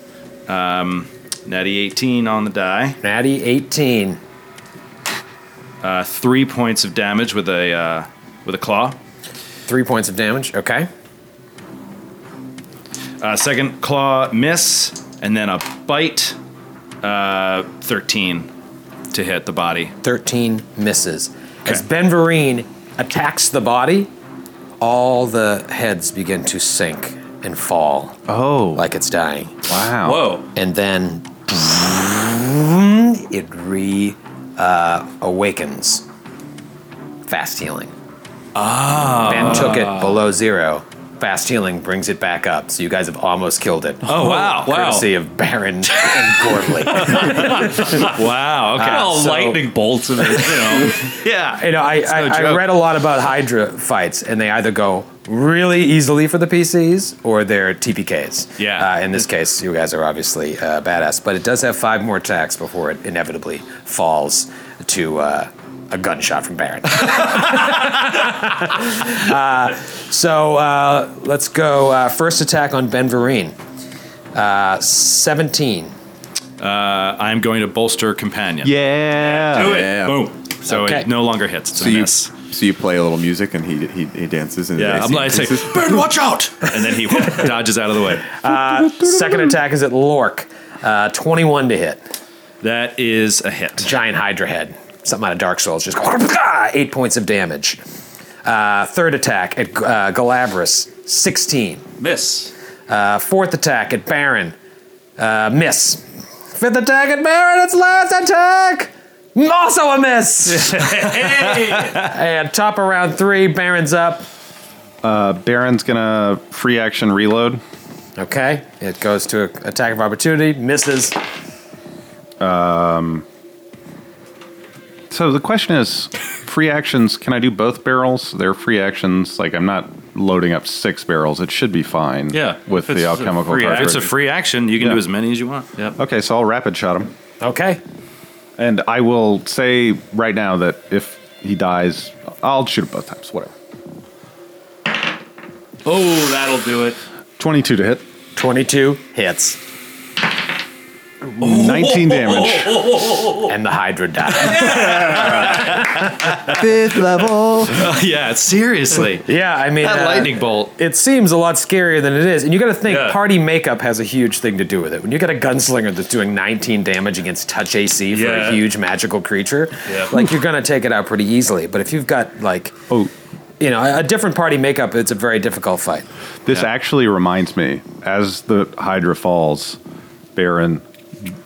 J: Um, natty 18 on the die.
I: Natty 18.
J: Uh, three points of damage with a uh, with a claw.
I: Three points of damage. Okay.
J: Uh, second claw miss, and then a bite. Uh, Thirteen to hit the body.
I: Thirteen misses. As Ben Vereen attacks the body, all the heads begin to sink and fall.
C: Oh.
I: Like it's dying.
C: Wow.
E: Whoa.
I: And then it re uh, awakens. Fast healing.
J: Ah.
I: Ben took it below zero. Fast healing brings it back up, so you guys have almost killed it.
J: Oh, wow. Wow.
I: Courtesy of Baron and Gordley.
J: wow. Okay.
I: Uh, so-
E: lightning bolts in it. You know.
J: yeah.
I: You know, I,
E: It's no
I: I, I
E: joke.
I: read a lot about Uh, Hydra fights, and they either go really easily for the PCs or they're TPKs. Yeah. Uh, in this case, you guys are obviously uh, badass, but it does have five more attacks before it inevitably falls to uh, a gunshot from Baron. uh, so uh, let's go. Uh, first attack on Ben Vereen. Uh, 17.
J: Uh, I'm going to bolster companion.
C: Yeah.
J: Do it.
D: Yeah.
J: Boom. So
D: Okay.
J: it no longer hits. It's
D: So
J: a
D: you,
J: miss.
D: so you play a little music and he he, he dances and
J: Yeah,
D: the
J: I'm
D: AC
J: like, I say,
D: increases.
J: Ben, watch out! And then he dodges out of the way.
I: Uh, second attack is at Lork. Uh, 21 to hit.
J: That is a hit.
I: Giant Hydra head. Something out of Dark Souls. Just eight points of damage. Uh, third attack at uh, Galabras. 16.
E: Miss.
I: Uh, fourth attack at Baron. Uh, miss. Fifth attack at Baron. It's last attack. Also a miss. and top of round three, Baron's up.
C: Uh, Baron's gonna free action reload.
I: Okay, it goes to a attack of opportunity, misses.
C: Um. So the question is, free actions. Can I do both barrels? They're free actions. Like I'm not loading up six barrels. It should be fine.
J: Yeah.
C: With
J: If
C: the
J: it's a
C: alchemical.
J: free- If it's a
C: cartridge.
J: free action, you can
C: Yeah.
J: do as many as you want. Yep.
C: Okay, so I'll rapid shot him.
I: Okay.
C: And I will say right now that if he dies, I'll shoot him both times. Whatever.
E: Oh, that'll do it.
C: 22 to hit.
I: 22 hits.
C: 19 damage.
I: And the Hydra died.
D: Fifth level.
J: yeah, seriously.
I: yeah, I mean
J: That
I: uh,
J: lightning bolt.
I: It seems a lot scarier than it is, and you got to think
J: Yeah.
I: party makeup has a huge thing to do with it. When you got a gunslinger that's doing 19 damage against touch AC for
J: Yeah.
I: a huge magical creature,
J: Yeah.
I: like you're gonna take it out pretty easily. But if you've got like,
C: oh,
I: you know, a- a different party makeup, it's a very difficult fight.
C: This actually reminds me, as the Hydra falls, Baron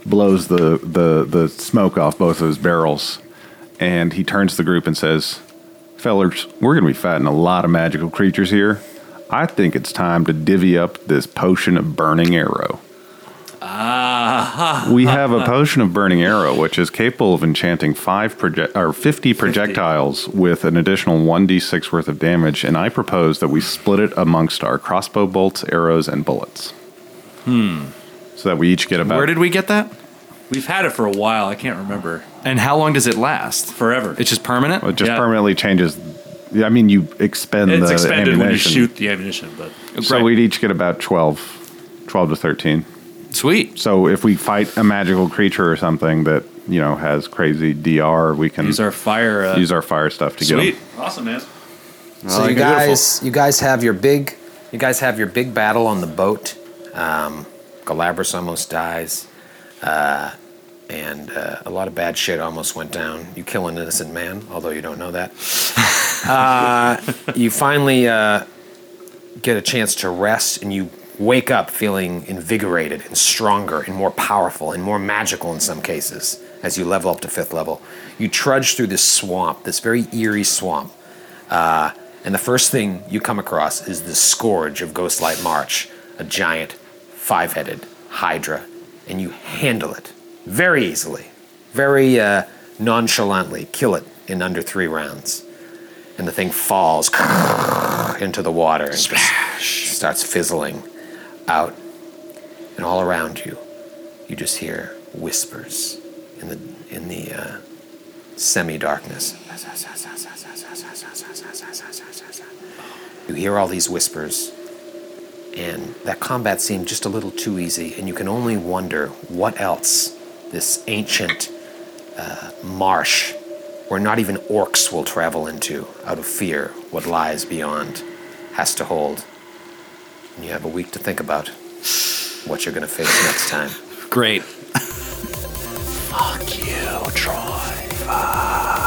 C: blows the, the, the smoke off both of his barrels, and he turns to the group and says, Fellers, we're going to be fighting a lot of magical creatures here. I think it's time to divvy up this potion of burning arrow.
E: Ah.
C: We have a potion of burning arrow, which is capable of enchanting five proje- or fifty projectiles with an additional one d six worth of damage. And I propose that we split it amongst our crossbow bolts, arrows, and bullets,
E: Hmm.
C: so that we each get about.
J: Where did we get that?
E: We've had it for a while. I can't remember.
J: And how long does it last? Forever. It's just permanent.
I: Oh,
C: It just permanently changes. I mean, you expend
J: It's
C: the
J: expended
C: ammunition.
J: when you
E: shoot the ammunition, but
C: So we'd each get about 12, 12 to 13.
J: Sweet.
C: So if we fight a magical creature or something that, you know, has crazy DR, we can
E: Use our fire, uh,
C: use our fire stuff to get 'em.
E: Awesome, man.
D: Oh,
I: So you guys, you guys have your big, you guys have your big battle on the boat. Um, Galabras almost dies, uh, and uh, a lot of bad shit almost went down. You kill an innocent man, although you don't know that. uh, you finally uh, get a chance to rest, and you wake up feeling invigorated and stronger and more powerful and more magical in some cases. As you level up to fifth level, you trudge through this swamp, this very eerie swamp. Uh, and the first thing you come across is the scourge of Ghostlight March, a giant, five headed Hydra. And you handle it very easily, very uh, nonchalantly, kill it in under three rounds. And the thing falls into the water and just starts fizzling out. And all around you, you just hear whispers in the, in the uh, semi darkness. You hear all these whispers, and that combat seemed just a little too easy, and you can only wonder what else this ancient uh, marsh, where not even orcs will travel into out of fear what lies beyond, has to hold. And you have a week to think about what you're going to face next time.
J: Great.
M: Fuck you, Troy. Fuck.